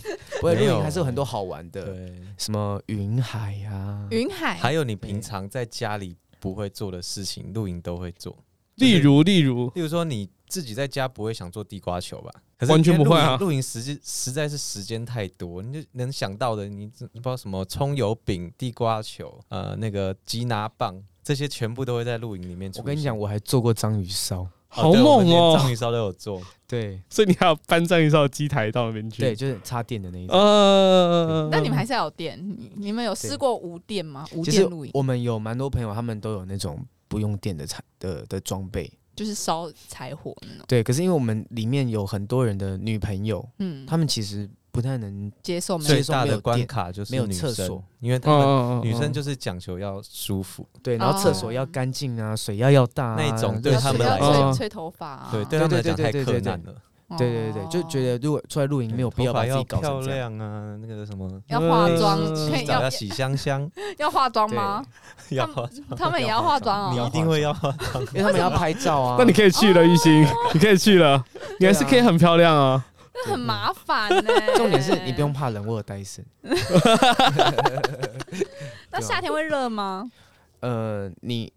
S3: 不过露
S4: 没有
S3: 营还是有很多好玩的，
S4: 对，
S3: 什么云海啊，
S2: 云海
S4: 还有你平常在家里不会做的事情，露营都会做。
S1: 例如例如，
S3: 哦
S4: 例如说你自己在家不会想做地瓜球吧？可是
S1: 完全不会啊
S4: 因为露营露营实际实在是时间太多，你就能想到的，你只不知道什么葱油饼、地瓜球，呃，那个吉拿棒，这些全部都会在露营里面出
S3: 我
S4: 现。哦
S3: 跟你讲，我还做过章鱼烧。
S1: 好猛哦
S4: 章鱼烧都有做，
S3: 对
S1: 所以你还要搬上一艘机台到那边去，
S3: 对，，就是插电的那一
S2: 哦
S3: 种。
S1: 呃，
S2: 但你
S4: 嗯
S2: 们还是要有电，你你们有试过无电吗？无
S3: 其
S2: 电
S3: 实
S2: 露营
S3: 我们有蛮多朋友，他们都有那种不用电的产的的装备。
S2: 就是烧柴火那种，
S3: 对，可是因为我们里面有很多人的女朋友，
S2: 嗯，
S3: 他们其实不太能，
S2: 接受没有
S4: 最
S3: 接受
S4: 大
S3: 没有
S4: 的
S3: 电
S4: 关卡就是
S3: 没有
S4: 女
S3: 厕
S4: 生
S3: 所，
S4: 因为他们
S1: 嗯，
S4: 女生就是讲求要舒服，
S3: 对，
S1: 哦
S3: 然后厕所要干净啊，水要要大、啊、
S4: 那一种
S2: 要
S4: 对他们
S2: 吹
S4: 来哦
S1: 说
S2: 要
S1: 嗯
S2: 吹吹头发啊，
S4: 对，对他们来讲
S3: 对
S4: 太
S3: 对对
S4: 困
S3: 对
S4: 难了。
S2: 哦
S3: 对对对，就觉得如果出来露营没有必要
S4: 头
S3: 把
S4: 发
S3: 自己搞
S4: 漂
S3: 成这样。
S4: 亮啊，那个什么，
S2: 要化妆，
S1: 嗯
S2: 可以
S4: 洗澡
S2: 要
S4: 要洗香香，
S2: 要化 妆吗？
S4: 要
S2: 们他们也要化妆
S4: 你一
S2: 哦，
S4: 定会要化妆。
S3: 因为他们要拍照啊。
S1: 那你可以去了，一心，你可以去了，你还是可以很漂亮啊。
S2: 那很麻烦 呢。
S3: 重点是你不用，怕冷，我有戴森。
S2: 那夏天会热吗？
S3: 呃，你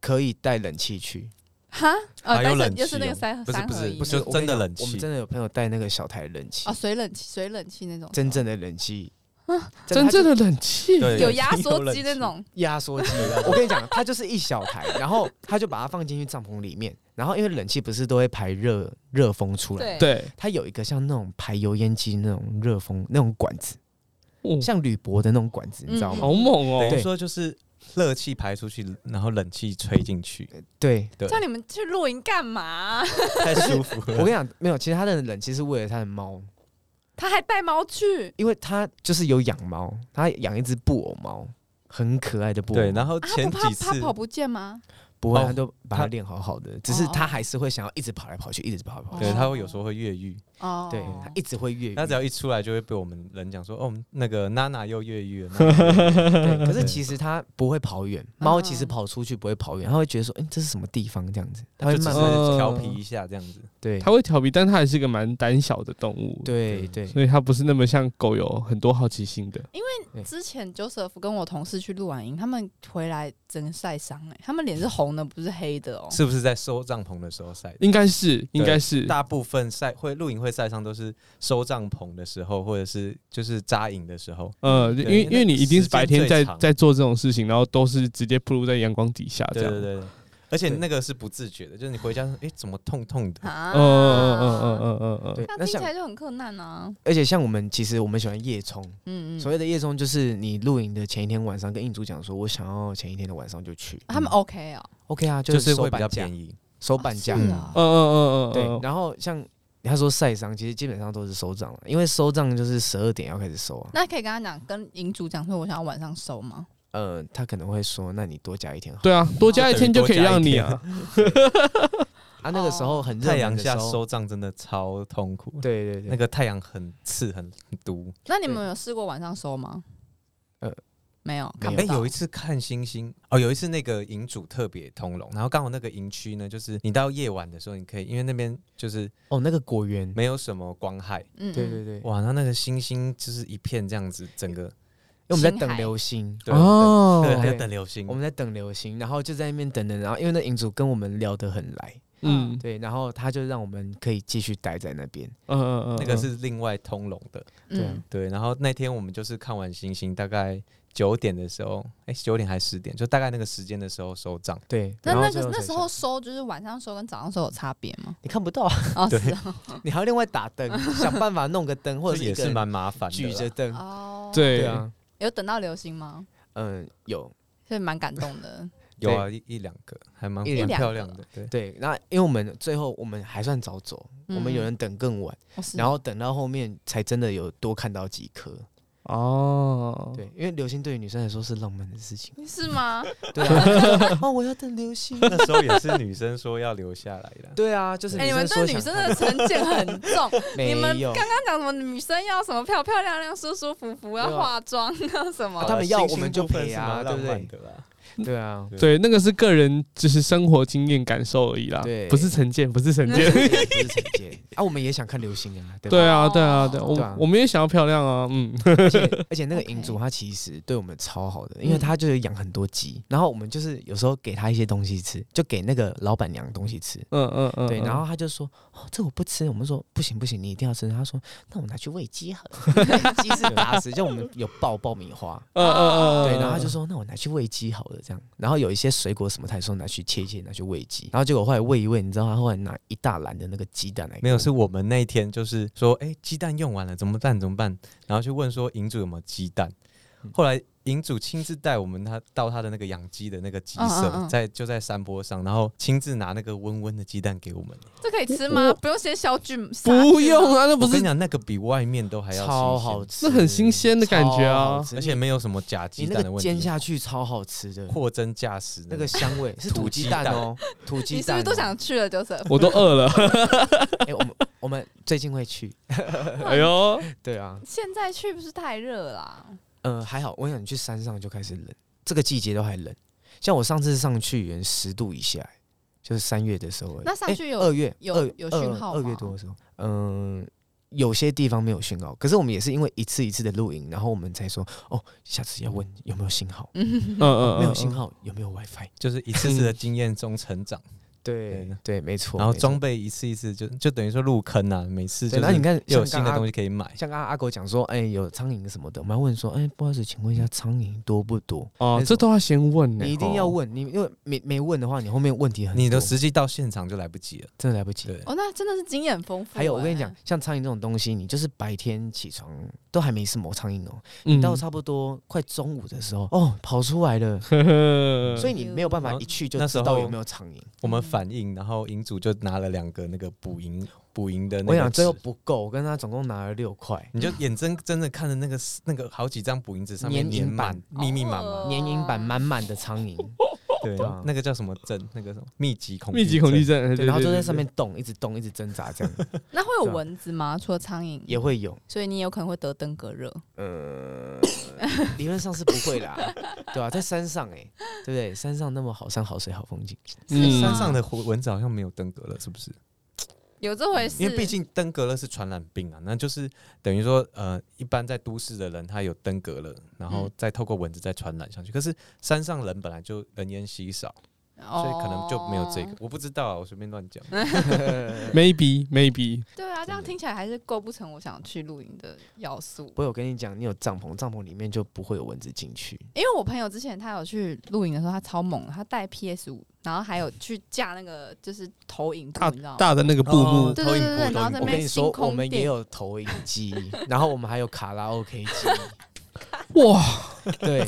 S3: 可以带冷气去，
S2: 哈，呃，
S4: 还有
S2: 但是
S4: 冷气
S2: 就是那个
S4: 哦
S2: 三
S4: 不是
S2: 三
S4: 不
S2: 合
S4: 是
S2: 一
S4: 不
S2: 那
S4: 是
S2: 个
S3: 我跟你
S4: 真的
S3: 讲
S4: 冷气
S3: 我们真的有朋友带那个小台冷气
S1: 哦
S2: 啊，，水冷气水冷气那种，
S3: 真正的冷气，
S1: 啊真正
S3: 的
S1: 的冷气，
S4: 对
S2: 有压缩机
S4: 有冷
S2: 那
S4: 气
S2: 种，
S3: 压缩机。我跟你讲，它就是一小台，然后他就把它放进去帐篷里面，然后因为冷气不是都会排热热风出来吗，
S2: 对
S1: 对，
S3: 它有一个像那种排油烟机那种热风那种管子，
S1: 哦
S3: 像铝箔的那种管子，你知道吗？
S1: 好猛
S4: 等
S1: 哦！
S4: 于说就是热气排出去，然后冷气吹进去，
S3: 对，
S4: 对，
S2: 叫你们去露营干嘛？
S4: 太舒服
S3: 呃我
S4: 了
S3: 跟。你讲，没有，其实它的冷气是为了它的猫，
S2: 他还带猫去，
S3: 因为它就是有养猫，它养一只布偶猫，很可爱的布偶猫。
S4: 对，然后
S2: 啊他不
S4: 前
S2: 怕
S4: 几
S2: 他
S4: 次
S2: 跑不见吗？
S3: 不会，
S4: 哦
S3: 他都把它
S4: 它
S3: 练好好的，只是他还是会想要一直跑来跑去，一直跑来跑去。
S4: 对，他会有时候会越狱，
S2: 哦，
S3: 对他一直会哦越狱。
S4: 他只要一出来就会被我们人讲说，哦，那个娜娜又越狱了。
S3: 对，可是其实他不会跑远，猫其实
S2: 嗯
S3: 跑出去不会跑远，它会觉得说，哎，这是什么地方这样子，它
S4: 那
S3: 会
S4: 就只
S3: 慢
S4: 是
S3: 慢
S1: 呃
S4: 调皮一下这样子，
S3: 对
S1: 它会调皮，但它还是个蛮胆小的动物，，
S3: 对对
S1: 所以它不是那么像狗有很多好奇心的。
S2: 之前 Joseph 跟我同事去露完营，他们回来整个晒伤哎，他们脸是红的，不是黑的哦。
S4: 是不是在收帐篷的时候晒的？
S1: 应该是，应该是，
S4: 大部分晒会露营会晒伤都是收帐篷的时候，或者是就是扎营的时候。
S1: 呃，因
S4: 对
S1: 为
S4: 因为
S1: 因为你一定
S4: 时
S1: 是
S4: 间
S1: 白天
S4: 最
S1: 在
S4: 长
S1: 在做这种事情，然后都是直接暴露在阳光底下啊这
S4: 对
S1: 样。
S4: 对对对，而且
S3: 对
S4: 那个是不自觉的，就是你回家说，哎、怎么痛痛 的？
S2: 啊，
S1: 嗯
S3: 哦
S1: 嗯嗯嗯嗯嗯嗯嗯，
S3: 对。
S2: 那
S3: 哦那
S2: 听起
S3: 像，
S2: 来就很困难啊。
S3: 而且像我们其实我们喜欢夜冲，
S2: 嗯
S3: 所
S2: 嗯，
S3: 谓的夜冲就是你露营的前一天晚上跟印主讲说，我想要前一天的晚上就去。
S2: 他们 OK 哦，
S3: OK 啊，
S4: 就是是
S3: 收
S4: 会比较
S3: 半价
S4: 便，宜。哦
S3: 收嗯半价
S2: 哦。是啊
S1: 嗯嗯嗯嗯，
S3: 对
S1: 嗯，
S3: 然后像他说晒伤，其实基本上都是收账了，因为收账就是十二点要开始收啊。
S2: 那可以跟他讲，跟营主讲说，我想要晚上收吗？
S3: 呃，他可能会说，那你多加一天好了。
S1: 对啊，多加一天就可以让你
S4: 等于
S1: 啊，
S3: 啊，那个时候很热
S4: 哦太
S3: 门
S4: 阳
S3: 的时
S4: 下
S3: 候
S4: 收帐真的超痛苦，
S3: 对对对，
S4: 那个太阳很刺很很毒。
S2: 那你们有试过晚上收吗？
S3: 呃，
S2: 没有，
S3: 没
S2: 看
S3: 有
S4: 哎、
S2: 不到。
S4: 有一次看星星哦，有一次那个营主特别通融，然后刚好那个营区呢，就是你到夜晚的时候，你可以因为那边就是
S3: 哦，那个果园，
S4: 没有什么光害，
S2: 嗯，嗯
S3: 对对对，因为
S4: 哇，那那个星星就是一片这样子，整个
S3: 我们在
S2: 星
S3: 等
S2: 海
S3: 流星，
S4: 对
S1: 哦
S4: 对，还有
S3: 对
S4: 等流星
S3: 我，们在等流星，然后就在那边等等，然后因为那营主跟我们聊得很来，
S1: 嗯
S3: 对，然后他就让我们可以继续待在那边，
S1: 嗯嗯嗯，
S4: 那个是另外通融的。
S3: 对啊
S2: 嗯，
S4: 对，然后那天我们就是看完星星，大概九点的时候，哎、九点还是十点，就大概那个时间的时候收账。
S3: 对。
S2: 那
S3: 然后
S2: 那
S3: 最
S2: 个
S3: 后
S2: 那
S3: 才
S2: 时
S3: 下
S2: 候收就是晚上收跟早上收有差别 吗？
S3: 你看不到啊，
S2: 哦，
S4: 对
S2: 是啊
S3: 你还要另外打 灯，想办法弄个灯，或者
S4: 就是也
S3: 一个
S4: 是
S3: 人
S4: 蛮麻烦的啦，
S3: 举着 灯，
S2: 哦，，
S1: 对
S3: 对，啊，
S2: 有等到流星吗？
S3: 嗯，有
S2: 所以蛮感动的。
S4: 有啊一一两个，还蛮
S3: 一
S4: 蛮
S2: 两
S4: 漂
S2: 个
S4: 亮的。对，
S3: 对，那因为我们最后我们还算早走，
S2: 嗯
S3: 我们有人等更晚，
S2: 哦是
S3: 然后等到后面才真的有多看到几颗，
S1: 哦，
S3: 对，因为流星对于女生来说是浪漫的事 情，
S2: 是吗？
S3: 对啊，哦，我要等 流星，
S4: 那时候也是女生说要留下来的。
S3: 对啊，就是
S2: 哎、你们
S3: 说
S2: 对女
S3: 想
S2: 生
S3: 看
S2: 的成见很重。
S3: 没
S2: 你们
S3: 有
S2: 刚刚讲什么女生要什么漂漂亮亮、舒舒服服，要
S3: 对啊
S2: 化妆啊什么
S3: 啊
S4: 好
S3: 他
S2: 的？
S4: 啦
S3: 们要
S4: 星
S3: 我
S4: 星
S3: 们就
S4: 部分
S3: 陪
S4: 是
S3: 啊
S4: 蛮
S3: 对不
S4: 浪漫
S3: 对
S4: 的啦。
S3: 对啊，
S1: 对，那个是个人就是生活经验感受而已啦，
S3: 对
S1: 不是成见，不是成见。
S3: 不是成见啊，我们也想看流星啊，对吧？
S1: 对啊，对啊，对啊，
S3: 对啊
S1: 我我们也想要漂亮啊，嗯，
S3: 而且而且那个
S2: OK
S3: 银主他其实对我们超好
S1: 嗯
S3: 的，因为他就是养很多鸡，然后我们就是有时候给他一些东西吃，就给那个老板娘东西吃。
S1: 嗯嗯嗯，
S3: 对，
S1: 嗯
S3: 然后他就说：“哦，这我不吃。”我们说：“不行不行，你一定要吃。”他说：“那我拿去喂鸡好了。” 鸡是打死，就我们有爆爆米花，
S1: 嗯嗯 嗯，
S3: 对，然后他就说：“那我拿去喂鸡好了。”这样，然后有一些水果什么，他也说拿去切一切，拿去喂鸡。然后结果后来喂一喂，你知道他后来拿一大篮的那个鸡蛋来给我，
S4: 没有，是我们那一天就是说，哎、鸡蛋用完了怎么办？怎么办？然后去问说营主有没有鸡蛋
S3: 嗯。
S4: 后来营主亲自带我们他到他的那个养鸡的那个鸡
S2: 嗯嗯
S4: 舍，
S2: 嗯
S4: 在就在山坡上，然后亲自拿那个温温的鸡蛋给我们。
S2: 这可以吃吗
S1: 我？
S2: 不用先消菌，杀菌吗
S1: 不用。啊，那不
S4: 我跟
S1: 是
S4: 你讲，那个比外面都还要
S3: 超
S4: 新鲜
S3: 好，吃，
S1: 那很新鲜的感觉
S3: 超
S1: 啊
S3: 好，吃
S4: 而且没有什么假
S3: 你
S4: 鸡
S3: 那
S4: 蛋的
S3: 个
S4: 问
S3: 煎
S4: 题，
S3: 下去超好吃的，
S4: 货真价实
S3: 那
S4: 的。
S3: 个香 味是土
S4: 土
S3: 鸡
S4: 鸡
S3: 蛋
S4: 蛋
S3: 哦，土鸡
S2: 你是不
S3: 蛋哦。
S2: 是都想去了？Joseph，
S1: 我都饿了，
S3: 哎，我们我们最近会去，
S1: 哎呦，
S3: 对啊，
S2: 现在去不是太热啦？
S3: 呃，还好，我想去山上就开始冷，这个季节都还冷。像我上次上去，原十度以下，就是三月的时候而已。
S2: 那上
S3: 哎
S2: 去有
S3: 二月
S2: 有
S3: 二月
S2: 有讯号
S3: 二
S2: 吗
S3: 二月多的时候，嗯、有些地方没有讯号，可是我们也是因为一次一次的露营，然后我们才说，哦，下次要问有没有信号，
S1: 嗯嗯，
S3: 没有信号有没有 WiFi？
S4: 就是一次次的经验中成长，
S3: 对
S4: 对
S3: 对，没错。
S4: 然后
S3: 没错
S4: 装备一次一次就就等于说入坑啊，每次
S3: 对，
S4: 就
S3: 那你
S4: 是
S3: 看，
S4: 又
S3: 像
S4: 有新
S3: 刚
S4: 的
S3: 刚
S4: 东西可以买。
S3: 像刚刚阿狗讲说，哎、有苍蝇什么的，我们要问说，哎、不好意思，请问一下苍蝇多不多？
S1: 哦，这都要先问呢、
S3: 你一定要
S1: 哦
S3: 问，你因为没没问的话，你后面问题很多，
S4: 你都实际到现场就来不及了，
S3: 真的来不及。
S4: 对，
S2: 哦，那真的是经验丰富欸。
S3: 还有，我跟你讲，像苍蝇这种东西，你就是白天起床都还没什么苍蝇哦，
S1: 嗯
S3: 到 差不多快中午的时候，哦，跑出来了，
S1: 呵呵
S3: 所以你没有办法
S4: 然后
S3: 一去就
S4: 那
S3: 知
S4: 时
S3: 道
S4: 候
S3: 有没有苍蝇。
S4: 我们反应，然后营主就拿了两个那个捕蝇捕蝇的
S3: 我
S4: 那
S3: 想
S4: 个
S3: 最后
S4: 纸，
S3: 不够，我跟他总共拿了六块
S4: 你就眼睁睁的看着那个那个好几张捕蝇纸上面
S3: 粘蝇
S4: 粘满
S2: 板
S4: 密密麻麻，
S2: 哦
S3: 粘蝇板满满的苍蝇，
S4: 对
S3: 对啊，
S4: 那个叫什么症？那个什么密集恐
S1: 密集恐惧
S4: 症，
S1: 症，
S3: 对，然后就在上面动，一直动，一直挣扎，这样
S2: 那会有
S3: 对啊
S2: 蚊子吗？除了苍蝇，
S3: 也会有。
S2: 所以你有可能会得登革热。
S3: 呃，
S2: 嗯
S3: 理论上是不会 啦，对吧、在山上哎、对不对？山上那么好山好水好风 景，
S1: 嗯
S4: 山上的蚊子好像没有登革热，是不是？
S2: 有这回事，
S4: 因为毕竟登革热是传染病啊，那就是等于说，呃，一般在都市的人他有登革热，然后
S2: 嗯
S4: 再透过蚊子再传染上去。可是山上人本来就人烟稀少，所以可能就没有这个
S2: 哦。。
S4: 我不知道啊，我随便乱讲。
S1: maybe maybe
S2: 对啊，这样听起来还是构不成我想去露营的要素。
S3: 不会，我跟你讲，你有帐篷，帐篷里面就不会有蚊子进去。
S2: 因为我朋友之前他有去露营的时候，他超猛的，他带 PS 五，然后还有去架那个就是投影
S1: 大
S3: 啊
S2: 布，你知道吗？
S1: 大的那个布幕
S4: 哦，
S2: 对
S4: 投
S2: 对
S4: 影
S2: 对对，
S4: 布
S2: 然后在那
S4: 投
S3: 我跟
S2: 边
S3: 你说
S2: 星，
S3: 我
S2: 空
S3: 们也
S2: 电
S3: 有投影机， 然后我们还有卡拉 OK 机，
S1: 哇，
S3: 对，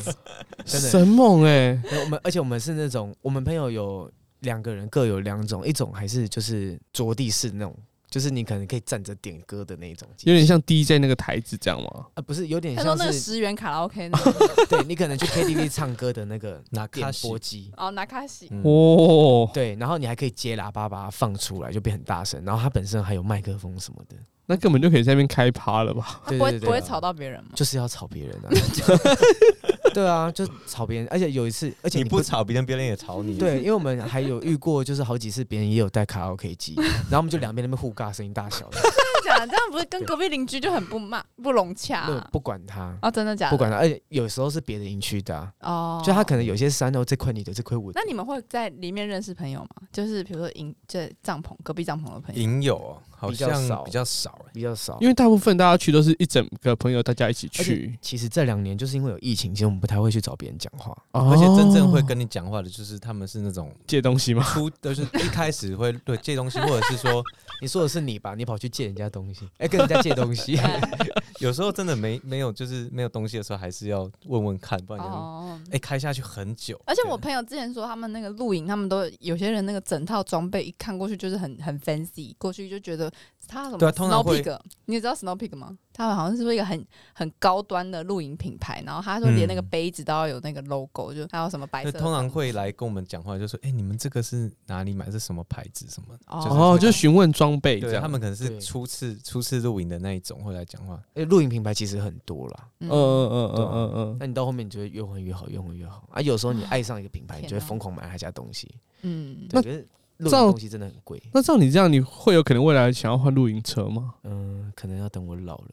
S3: 真的
S1: 神猛哎、
S3: 我们而且我们是那种，我们朋友有两个人各有两种，一种还是就是着地式那种，就是你可能可以站着点歌的那一种机器，
S1: 有点像 DJ 那个台子这样吗？
S3: 啊，不是有点
S2: 他说
S3: 像
S2: 那个
S3: 是
S2: 十元卡拉 OK 那个
S3: 对你可能去 KTV 唱歌的那个
S4: 拿
S3: 电
S4: 卡西
S3: 波，机，
S2: 哦，拿卡西，
S4: 嗯
S1: 哦，
S3: 对，然后你还可以接喇叭把它放出来，就变很大声。然后它本身还有麦克风什么的，
S1: 那根本就可以在那边开趴了吧？
S2: 他
S3: 对
S2: 不会
S3: 对对
S2: 不会
S3: 对，
S2: 吵到别人吗？
S3: 就是要吵 别人啊。 对啊，就吵别人，而且有一次，而且
S4: 你不
S3: 不
S4: 吵别人，别人也吵你。
S3: 对，因为我们还有遇过，就是好几次别人也有带卡拉 OK 机，然后我们就两边那边互尬，声音大小的，
S2: 真的假的？这样不是跟隔壁邻居就很不骂不融洽
S3: 那
S2: 啊？
S3: 不管他，
S2: 哦真的假的？
S3: 不管他，而且有时候是别的营区的啊，
S2: 哦，
S3: 就他可能有些山哦，这块你的，这块我的
S2: 那，你们会在里面认识朋友吗？就是比如说营这帐篷隔壁帐篷的朋友，
S4: 影友哦好
S3: 比较
S4: 像
S3: 少
S4: 比较少欸，
S3: 比较少
S1: 因。为大部分大家去都是一整个朋友大家一起
S3: 而且
S1: 去，
S3: 其实这两年就是因为有疫情，其实我们不太会去找别人讲话，
S1: 而
S4: 而且真正会跟你讲话的，就是他们是 那种
S1: 借东西吗？
S4: 出，就是一开始会对借东西，或者是说
S3: 你说的是你吧？你跑去借人家东西， 哎、跟人家借东 西，
S4: 有时候真的没没有，就是没有东西的时候，还是要问问看，不然就是
S2: 哦
S4: 哎、，开下去很久。
S2: 而且我
S4: 对
S2: 朋友之前说，他们那个露营，他们都有些人那个整套装备一看过去就是很很 fancy，过去就觉得他什么
S4: 对啊通
S2: Snow
S4: 常会
S2: Pig，你知道 Snow Pig 吗？他好像是一个很很高端的露营品牌，然后他说连那个
S4: 嗯
S2: 杯子都要有那个 logo，就还有什么白
S4: 就
S2: 色。
S4: 通常会来跟我们讲话，就说：“哎、你们这个是哪里买？是什么牌子？什么？”
S2: 哦
S4: 就是
S1: 哦，就是询问装备这
S4: 对
S1: 样。
S4: 他们可能
S3: 对
S4: 是初次初次露营的那一种会来讲话。
S3: 哎、露营品牌其实很多啦。
S2: 嗯
S1: 嗯，
S3: 呃
S1: 嗯嗯嗯嗯嗯，
S3: 那你到后面你就会越混越好，越混越好啊！有时候你爱上一个品牌，
S2: 天
S3: 你就会
S2: 哪
S3: 疯狂买他家东西。
S2: 嗯，
S3: 对，可是露营
S1: 照
S3: 东西真的很贵，
S1: 那照你这样，你会有可能未来想要换露营车吗？
S3: 嗯，可能要等我老了。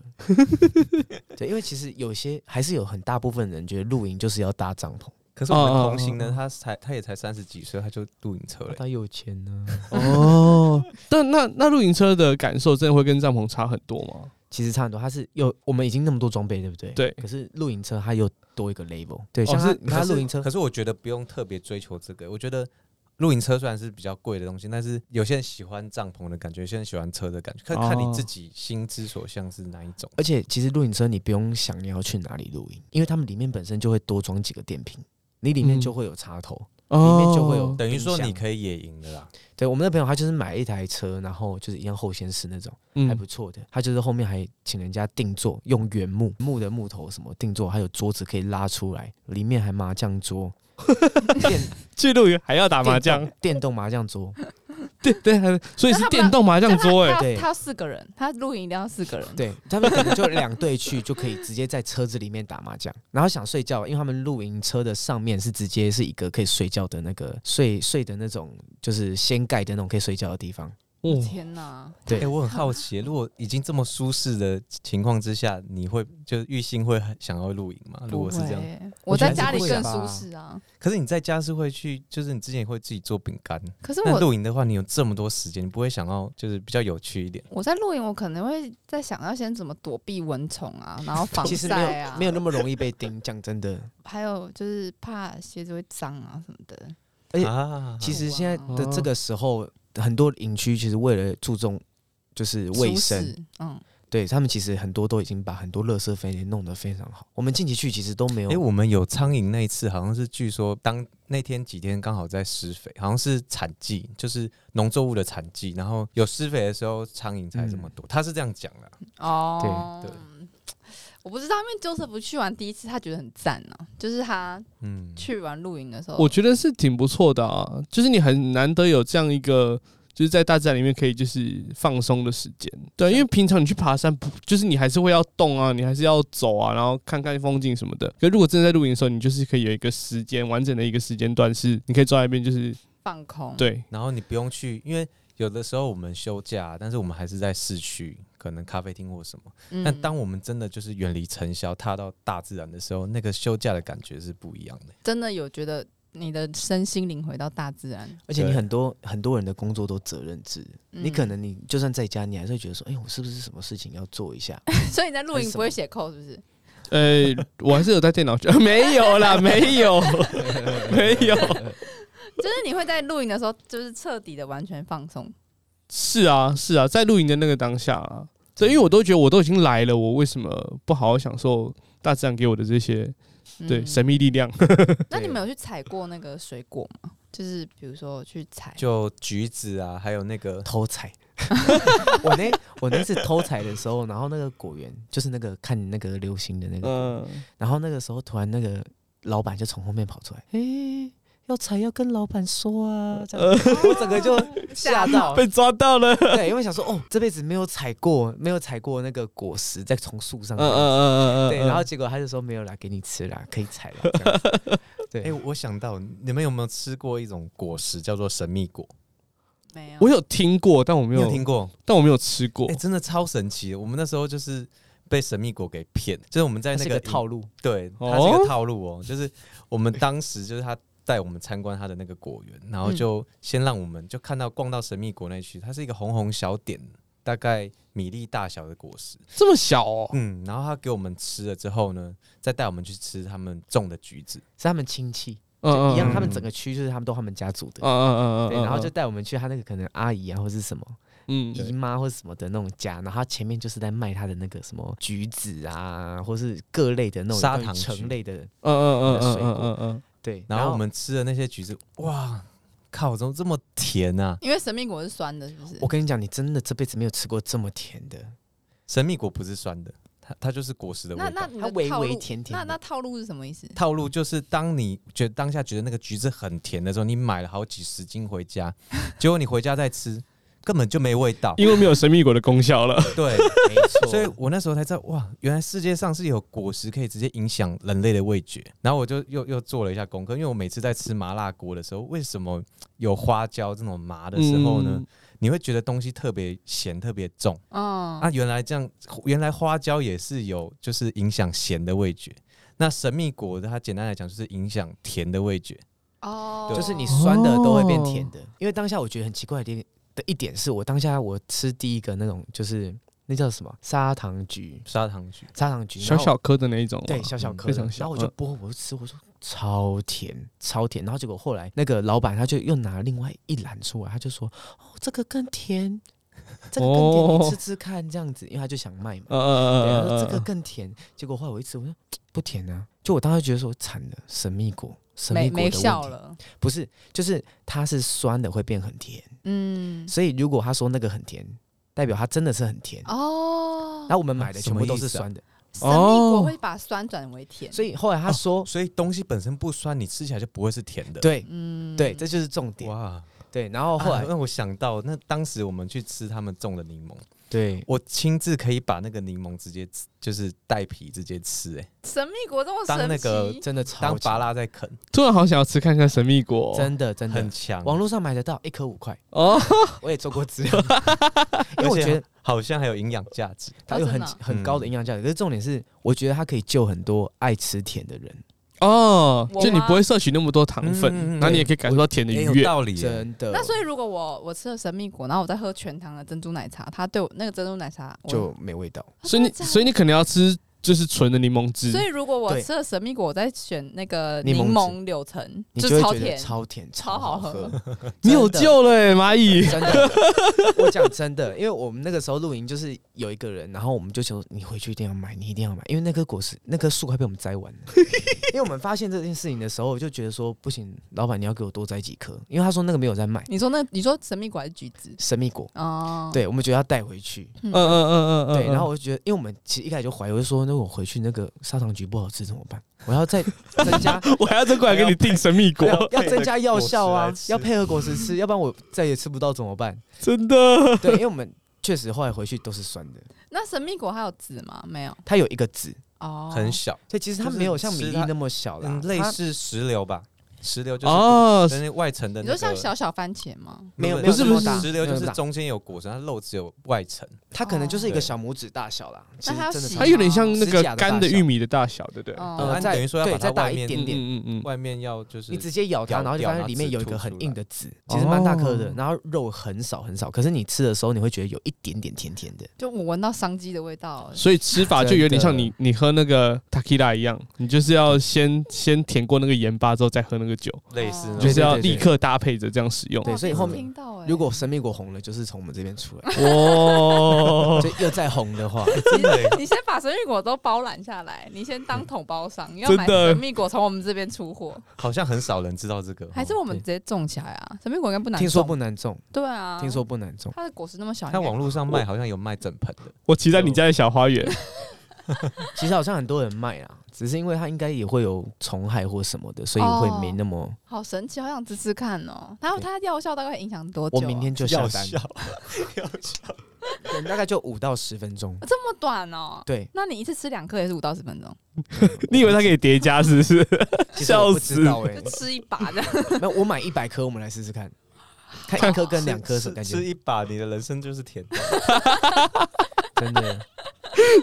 S3: 对，因为其实有些还是有很大部分人觉得露营就是要搭帐篷，
S4: 可是我们
S1: 哦哦
S4: 的
S1: 哦
S4: 同行呢
S1: 哦，
S4: 他才他也才三十几岁，他就露营车了、
S3: 他有钱呢、
S1: 哦， 但那那露营车的感受真的会跟帐篷差很多吗？
S3: 其实差很多，他是有我们已经那么多装备，对不对？
S1: 对
S3: 可是露营车它又多一个 level，对，
S4: 哦
S3: 像它
S4: 是
S3: 你看它露营车
S4: 可是我觉得不用特别追求这个。我觉得露营车虽然是比较贵的东西，但是有些人喜欢帐篷的感觉，有些人喜欢车的感觉，看看
S1: 哦
S4: 你自己心之所向是哪一种。
S3: 而且其实露营车你不用想你要去哪里露营，因为他们里面本身就会多装几个电瓶，你里面
S1: 嗯
S3: 就会有插头。
S1: 哦，
S3: 里面就会有
S4: 等于说
S3: 冰箱
S4: 你可以野营的啦，
S3: 对我们的朋友，他就是买一台车，然后就是一样后先是那种还不
S1: 嗯，
S3: 错的，他就是后面还请人家定做，用原木木的木头什么定做，还有桌子可以拉出来，里面还麻将桌，电
S1: 去露营还要打麻
S3: 电
S1: 将，
S3: 动电动麻将桌，
S1: 对对，还所以是
S2: 那他们
S1: 电动麻将桌哎、
S2: 他
S3: 欸对
S2: 他要四个人，他露营一定要四个人。
S3: 对他们可能就两队去就可以直接在车子里面打麻将，然后想睡觉，因为他们露营车的上面是直接是一个可以睡觉的那个睡睡的那种，就是掀盖的那种可以睡觉的地方。
S1: 哦，
S2: 天哪！
S3: 对
S4: 哎、我很好奇，如果已经这么舒适的情况之下，你会就玉兴会很想要露营吗？如
S2: 不
S4: 果是这样，
S2: 会欸我
S3: 觉
S2: 在
S3: 得
S2: 家里
S3: 是会
S2: 更
S3: 吧
S2: 舒适啊。
S4: 可是你在家是会去，就是你之前也会自己做饼干。
S2: 可是
S4: 那
S2: 我
S4: 露营的话，你有这么多时间，你不会想要就是比较有趣一点？
S2: 我在露营，我可能会在想要先怎么躲避蚊虫 啊，然后防
S3: 其实没
S2: 晒啊
S3: 有没有那么容易被叮，讲 真的。
S2: 还有就是怕鞋子会脏啊什么的。
S3: 哎
S4: 啊，
S3: 其
S2: 好
S3: 实现在
S2: 玩
S3: 的这
S1: 哦
S3: 个时候，很多营区其实为了注重就是卫
S2: 舒
S3: 生，
S2: 适，嗯，
S3: 对他们其实很多都已经把很多垃圾分类弄得非常好。我们近期去其实都没有，
S4: 哎、我们有苍蝇那一次，好像是据说当那天几天刚好在施肥，好像是产季，就是农作物的产季，然后有施肥的时候苍蝇才这么
S2: 嗯
S4: 多，他是这样讲的、
S2: 哦，
S4: 对
S2: 我不知道，因为 Joseph 去完第一次，他觉得很赞呢、就是他
S4: 嗯，
S2: 去完露营的时候，
S1: 我觉得是挺不错的啊，就是你很难得有这样一个。就是在大自然里面可以就是放松的时间，对，啊因为平常你去爬山，不就是你还是会要动啊，你还是要走啊，然后看看风景什么的。可如果真的在露营的时候，你就是可以有一个时间完整的一个时间段，是你可以坐在那边，就是
S2: 放空，，
S1: 对，
S4: 然后你不用去，因为有的时候我们休假，但是我们还是在市区，可能咖啡厅或什么。
S2: 嗯
S4: 但当我们真的就是远离尘嚣，踏到大自然的时候，那个休假的感觉是不一样
S3: 哎
S4: 的。
S2: 真的有觉得你的身心灵回到大自然，
S3: 而且你
S4: 对
S3: 很多很多人的工作都责任制，你
S2: 嗯
S3: 可，能你就算在家，你还是会觉得说，哎、我是不是什么事情要做一下？
S2: 所以你在露
S3: 还是
S2: 营
S3: 什
S2: 不会
S3: 么
S2: 写扣，是不是？
S1: 呃，我还是有在电脑上， 没有 啦，没有，没有，
S2: 就是你会在露营的时候，就是彻底的完全放松，
S1: 是啊，是啊，在露营的那个当下啊，对，因为我都觉得我都已经来了，我为什么不好好享受大自然给我的这些对
S2: 嗯
S1: 神秘力量？
S2: 那你们有去采过那个水果吗？就是比如说去采，
S4: 就橘子啊，还有那个
S3: 偷采。 我那我那次偷采的时候，然后那个果园就是那个看那个流星的那个，
S1: 嗯，
S3: 然后那个时候突然那个老板就从后面跑出来，哎、要采要跟老板说啊，这样子、我整个就吓到，
S1: 被抓到了，嗯
S3: 对，因为想说哦，这辈子没有采过，没有采过那个果实，再从树
S1: 嗯
S3: 上这样子，
S1: 嗯嗯嗯，
S3: 对，然后结果他就说没有啦，给你吃啦，可以采啦。这样子对，
S4: 哎、我想到你们有没有吃过一种果实叫做神秘果？
S2: 没有，
S1: 我有听过，但我没
S4: 你有
S1: 有
S4: 听，过？
S1: 但我没有吃过
S4: 哎、，真的超神奇的！我们那时候就是被神秘果给骗，就是我们在
S3: 它
S4: 那
S3: 是
S4: 个
S3: 个套路，
S4: 对，
S1: 哦
S4: 它是一个套路哦，就是我们当时就是他带我们参观他的那个果园，然后就先让我们就看到逛到神秘果那区，它是一个红红小点，大概米粒大小的果实，
S1: 这么小哦，
S4: 嗯，然后他给我们吃了之后呢，再带我们去吃他们种的橘子，
S3: 是他们亲戚
S1: 嗯嗯，
S3: 一样，
S1: 嗯
S3: 他们整个区就是他们都他们家族
S1: 嗯，
S3: 的
S1: 嗯嗯嗯，
S3: 对，然后就
S1: 嗯
S3: 带我们去他那个可能阿姨啊或是什么
S1: 嗯
S3: 姨妈或是什么的那种家，然后他前面就是在卖他的那个什么橘子啊，或是各类的那种
S4: 砂
S3: 关于
S4: 糖橘
S3: 橙类的，
S1: 嗯嗯嗯嗯嗯嗯嗯，
S3: 对，
S4: 然后我们吃的那些橘子，哇，靠，怎么这么甜啊？
S2: 因为神秘果是酸的，是不是？
S3: 我跟你讲，你真的这辈子没有吃过这么甜的，
S4: 神秘果不是酸的，它它就是果实的味
S2: 那
S4: 道。
S2: 那你
S3: 它
S2: 的
S3: 微
S2: 套
S3: 微
S2: 路
S3: 甜甜
S2: 那
S3: 的
S2: 那套路是什么意思？
S4: 套路就是，当你觉得当下觉得那个橘子很甜的时候，你买了好几十斤回家， 结果你回家再吃，根本就没味道。
S1: 因为没有神秘果的功效了，
S4: 对，
S3: 没错
S4: 所以我那时候才知道，哇，原来世界上是有果实可以直接影响人类的味觉。然后我就又又做了一下功课，因为我每次在吃麻辣锅的时候，为什么有花椒这种麻的时候呢？
S1: 嗯
S4: 你会觉得东西特别咸、特别重。
S2: 嗯，
S4: 啊，原来这样，原来花椒也是有就是影响咸的味觉。那神秘果它简单来讲就是影响甜的味觉。
S2: 哦，
S3: 就是你酸的都会变
S1: 哦
S3: 甜的。因为当下我觉得很奇怪的点的一点是我当下我吃第一个那种就是那叫什么砂糖橘，
S4: 砂糖橘，
S3: 砂糖橘，
S1: 小
S3: 然后
S1: 小颗的那一种吗，啊
S3: 对小小颗
S1: 非
S3: 的
S1: 常，
S3: 然
S1: 小
S3: 后我就
S1: 嗯
S3: 剥，我就吃，我说超甜超甜，然后结果后来那个老板他就又拿另外一篮出来，他就说哦这个更甜，这个更甜，
S1: 哦
S3: 你吃吃看这样子，因为他就想卖嘛。
S1: 嗯嗯
S3: 对，他
S1: 嗯
S3: 说
S1: 嗯，
S3: 这个更甜，结果后来我一吃，我说不甜啊，就我当时觉得说惨了，神秘果，神秘
S2: 没
S3: 果的
S2: 没
S3: 问题
S2: 笑了，
S3: 不是，就是它是酸的会变很甜，
S2: 嗯，
S3: 所以如果他说那个很甜，代表它真的是很甜。
S2: 哦
S3: 那、，我们
S1: 哦
S3: 买的
S4: 什
S3: 全
S4: 么
S3: 部都
S4: 意
S3: 是
S4: 思啊
S3: 酸的，
S2: 神秘果会把酸转为甜，
S3: 哦所以后来他说，
S1: 哦
S4: 所以东西本身不酸，你吃起来就不会是甜的。，
S3: 对
S2: 嗯，
S3: 对，这就是重点。
S4: 哇！
S3: 对，然后后来、
S4: 啊让我想到，那当时我们去吃他们种的柠檬，
S3: 对
S4: 我亲自可以把那个柠檬直接吃就是带皮直接吃、哎，
S2: 神秘果这么神奇，
S4: 当那个
S3: 真的超
S4: 当
S3: 强
S4: 拔，拉在啃，
S1: 突然好想要吃看看神秘果，
S3: 真的真
S4: 很
S3: 的，
S4: 强。
S3: 网络上买得到一颗五块，
S1: 哦，
S3: 我也做过资 料，因为我
S4: 而且
S3: 觉得
S4: 好像还有营养价值。
S3: 它有
S2: 真
S3: 很
S2: 的啊
S3: 很高的营养价值。可是重点是，我觉得它可以救很多爱吃甜的人。
S1: 哦，
S2: 我
S1: 就你
S2: 吗
S1: 不会摄取那么多糖分，
S4: 嗯嗯嗯
S1: 然后你也可以感受到甜的愉
S4: 也有
S1: 悦。
S4: 道理耶，
S3: 真的。
S2: 那所以如果我我吃了神秘果，然后我再喝全糖的珍珠奶茶，它对我那个珍珠奶茶我
S3: 就没味道。
S1: 所以你，所以你可能要吃就是纯的柠檬汁
S2: 所。以如果我
S3: 对
S2: 吃了神秘果，我再选那个
S3: 柠
S2: 柠
S3: 檬汁
S2: 檬柳橙，
S3: 你
S2: 就
S3: 就会
S2: 超
S3: 觉得
S2: 甜。
S3: 超甜，
S2: 超
S3: 好
S2: 好喝。
S1: 你有
S3: 真的
S1: 救了、欸，蚂蚁！
S3: 真的，我讲真的，因为我们那个时候露营就是有一个人，然后我们就求你回去一定要买，你一定要买，因为那棵果实那棵树快被我们摘完 了。因为我们发现这件事情的时候，我就觉得说不行，老板你要给我多摘几颗，因为他说那个没有在卖
S2: 你说那你说神秘果还是橘子？
S3: 神秘果，
S2: 哦，，
S3: 对我们觉得要带回去。
S1: 嗯嗯嗯嗯嗯。
S3: 对，然后
S1: 嗯
S3: 我就觉得，因为我们其实一开始就怀疑，我就说那我回去那个砂糖橘不好吃怎么办？我要 再增加
S1: 我还要再过来给你订神秘果，
S3: 要要增加药效
S4: 配合
S3: 啊
S4: 果实来，吃
S3: 要配合果实 吃，要不然我再也吃不到怎么办？
S1: 真的。
S3: 对，因为我们确实后来回去都是酸的，
S2: 那神秘果还有籽吗？没有
S3: 它有一个籽，
S2: 哦，
S4: 很小，
S3: 所以其实它
S4: 就是
S3: 没有像米
S4: 吃
S3: 粒
S4: 它
S3: 那么小啦
S4: 嗯，，类
S3: 它
S4: 似石榴吧，石榴就是
S1: 哦，
S4: 跟那外层的
S2: 你
S4: 那
S2: 说像
S4: 个
S2: 小小番茄吗？
S3: 没有
S1: 不是
S3: 没有
S1: 不是
S3: 那么大
S4: 石榴就
S3: 没有那
S4: 是
S3: 么大
S4: 中间有果实，它肉只有外层，
S3: 它可能就是一
S4: 哦
S3: 个小拇指大小啦，其实
S2: 它要
S3: 真的
S2: 洗
S3: 是
S1: 它有点像那个
S3: 指甲的大小
S1: 干的玉米的大小，对不对？
S2: 哦
S4: 然后
S3: 呃
S4: 你
S3: 再
S4: 等于说要
S3: 对
S4: 把它
S3: 再大
S4: 外
S3: 一
S4: 面
S3: 点点
S1: 嗯嗯嗯
S4: 外面要就是
S3: 你直接咬它，
S4: 咬
S3: 然后就
S4: 掉
S3: 发现
S4: 它
S3: 里面
S4: 籽
S3: 有一
S4: 吐
S3: 个
S4: 出
S3: 很
S4: 来
S3: 硬的籽，其实蛮
S1: 哦
S3: 大颗的，然后肉很少很少，可是你吃的时候你会觉得有一点点甜甜的，
S2: 就我闻到商机的味道
S1: 嗯。，所以吃法就有点像你
S4: 真
S1: 你喝那个 tequila 一样，你就是要先先舔过那个盐巴之后再喝那个酒，
S4: 类似那
S1: 就
S4: 种
S3: 对
S1: 是
S3: 对
S1: 要
S3: 对对
S1: 立刻搭配着这样使用。啊
S3: 对
S2: 哇
S3: 所以
S2: 第一
S3: 后
S2: 次
S3: 面
S2: 听到哎，
S3: 如果神秘果红了，就是从我们这边出 来，
S4: 哦
S1: 哇
S3: 所以又再红的话，
S4: 真的耶
S2: 你先把神秘果都包揽下来，你先
S3: 嗯
S2: 当统包 商，要
S1: 真
S2: 买
S1: 的
S2: 神秘果从我们这边出
S3: 哦
S2: 货，
S4: 好像很少人知道这个，哦
S2: 还是我们直接种起来啊？神秘果应该不难种，
S3: 听说不难种，
S2: 对啊，
S3: 听说不难种，
S2: 它的果实那么小，
S4: 它
S2: 应该
S4: 网络上卖好像有卖整盆的，
S1: 我期待你家的小花园。
S3: 其实好像很多人卖啦，只是因为它应该也会有虫害或什么的，所以会没那么。
S2: 好神奇，好想吃吃看哦。然后
S3: 对
S2: 它药效大概会影响多久、。
S3: 我明天就下
S4: 药
S3: 单，
S4: 效，药效，
S3: 可能大概就五到十分钟
S2: 这么短哦。
S3: 对，
S2: 那你一次吃两颗也是五到十分钟，
S1: 你以为它可以叠加是不是？
S3: 其实
S1: 笑
S3: 我不
S1: 死
S3: 知道哎、
S2: 就吃一把 这样。
S3: 没有，我买一百颗，我们来试试看， 看一颗跟两颗什
S4: 吃
S3: 么感
S4: 吃
S3: 觉，
S4: 一把，你的人生就是甜的。
S3: 真的。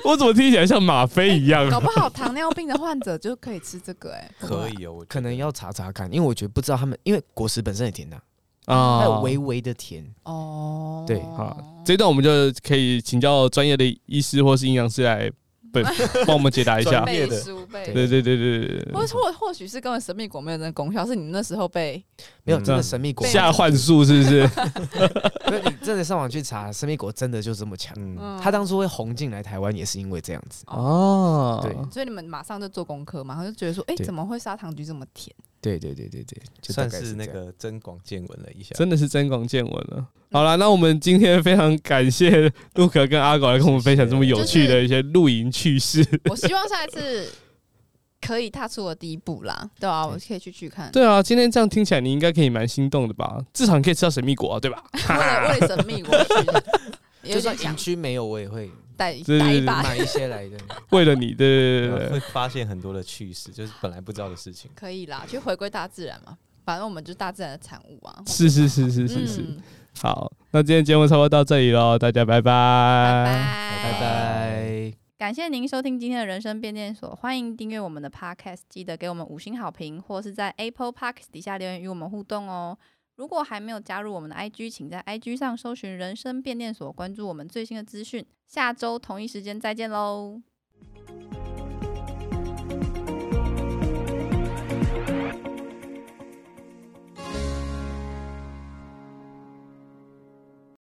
S1: 我怎么听起来像吗啡一样？
S2: 搞不好糖尿病的患者就可以吃这个哎、
S4: 可。以哦，我觉得
S3: 可能要查查看，因为我觉得不知道他们，因为果实本身也甜的、
S1: 啊
S3: 还有微微的甜。
S2: 哦，
S3: 对
S1: 好，这一段我们就可以请教专业的医师或是营养师来 帮帮我们解答一下
S4: 专。
S2: 背
S4: 业的
S2: 书背
S1: 对对对对对对
S2: 或或或许是根本神秘果没有那个功效，是你那时候被
S3: 没有，
S4: 嗯
S3: 真的神秘果
S1: 对，，下 幻术是不是？
S3: 没有你真的上网去查，神秘果真的就这么强。
S4: 嗯，
S2: 嗯，
S3: 它当初会红进来台湾也是因为这样子。
S1: 哦
S3: 对
S2: 所以你们马上就做功课嘛，马上就觉得说，哎、
S3: 对
S2: 怎么会砂糖橘这么甜？
S3: 对对对对对，就大
S4: 算
S3: 概
S4: 是
S3: 这
S4: 那
S3: 样
S4: 个增广见闻了一下。
S1: 真的是增广见闻了。好啦，那我们今天非常感谢陆可跟阿狗来跟我们分享这么有趣的一些露营趣事。
S2: 我希望下一次可以踏出我第一步啦，对啊，我可以去去看。
S1: 对啊，今天这样听起来你应该可以蛮心动的吧？至少你可以吃到神秘果、啊，对吧？
S2: 为了为了神秘果去，有
S3: 就算
S2: 点想
S3: 营区没有，我也会
S2: 带一
S1: 对对
S2: 带一
S1: 对
S2: 把，
S3: 买一些来 的。
S1: 为了你，对对对对
S4: 会
S1: 对。
S4: 发现很多的趣事，就是本来不知道的事情。
S2: 可以啦，去回归大自然嘛，反正我们就是大自然的产物啊。
S1: 是是是是是是，
S2: 嗯，
S1: 好，那今天节目差不多到这里喽，大家拜
S2: 拜
S1: 拜。
S2: 嗯拜
S3: 拜拜。
S2: 感谢您收听今天的人生变电所，欢迎订阅我们的 Podcast，记得给我们五星好评，或是在 Apple Podcast 底下留言与我们互动哦。如果还没有加入我们的 IG，请在 IG 上搜寻“人生变电所”，关注我们最新的资讯。下周同一时间再见喽！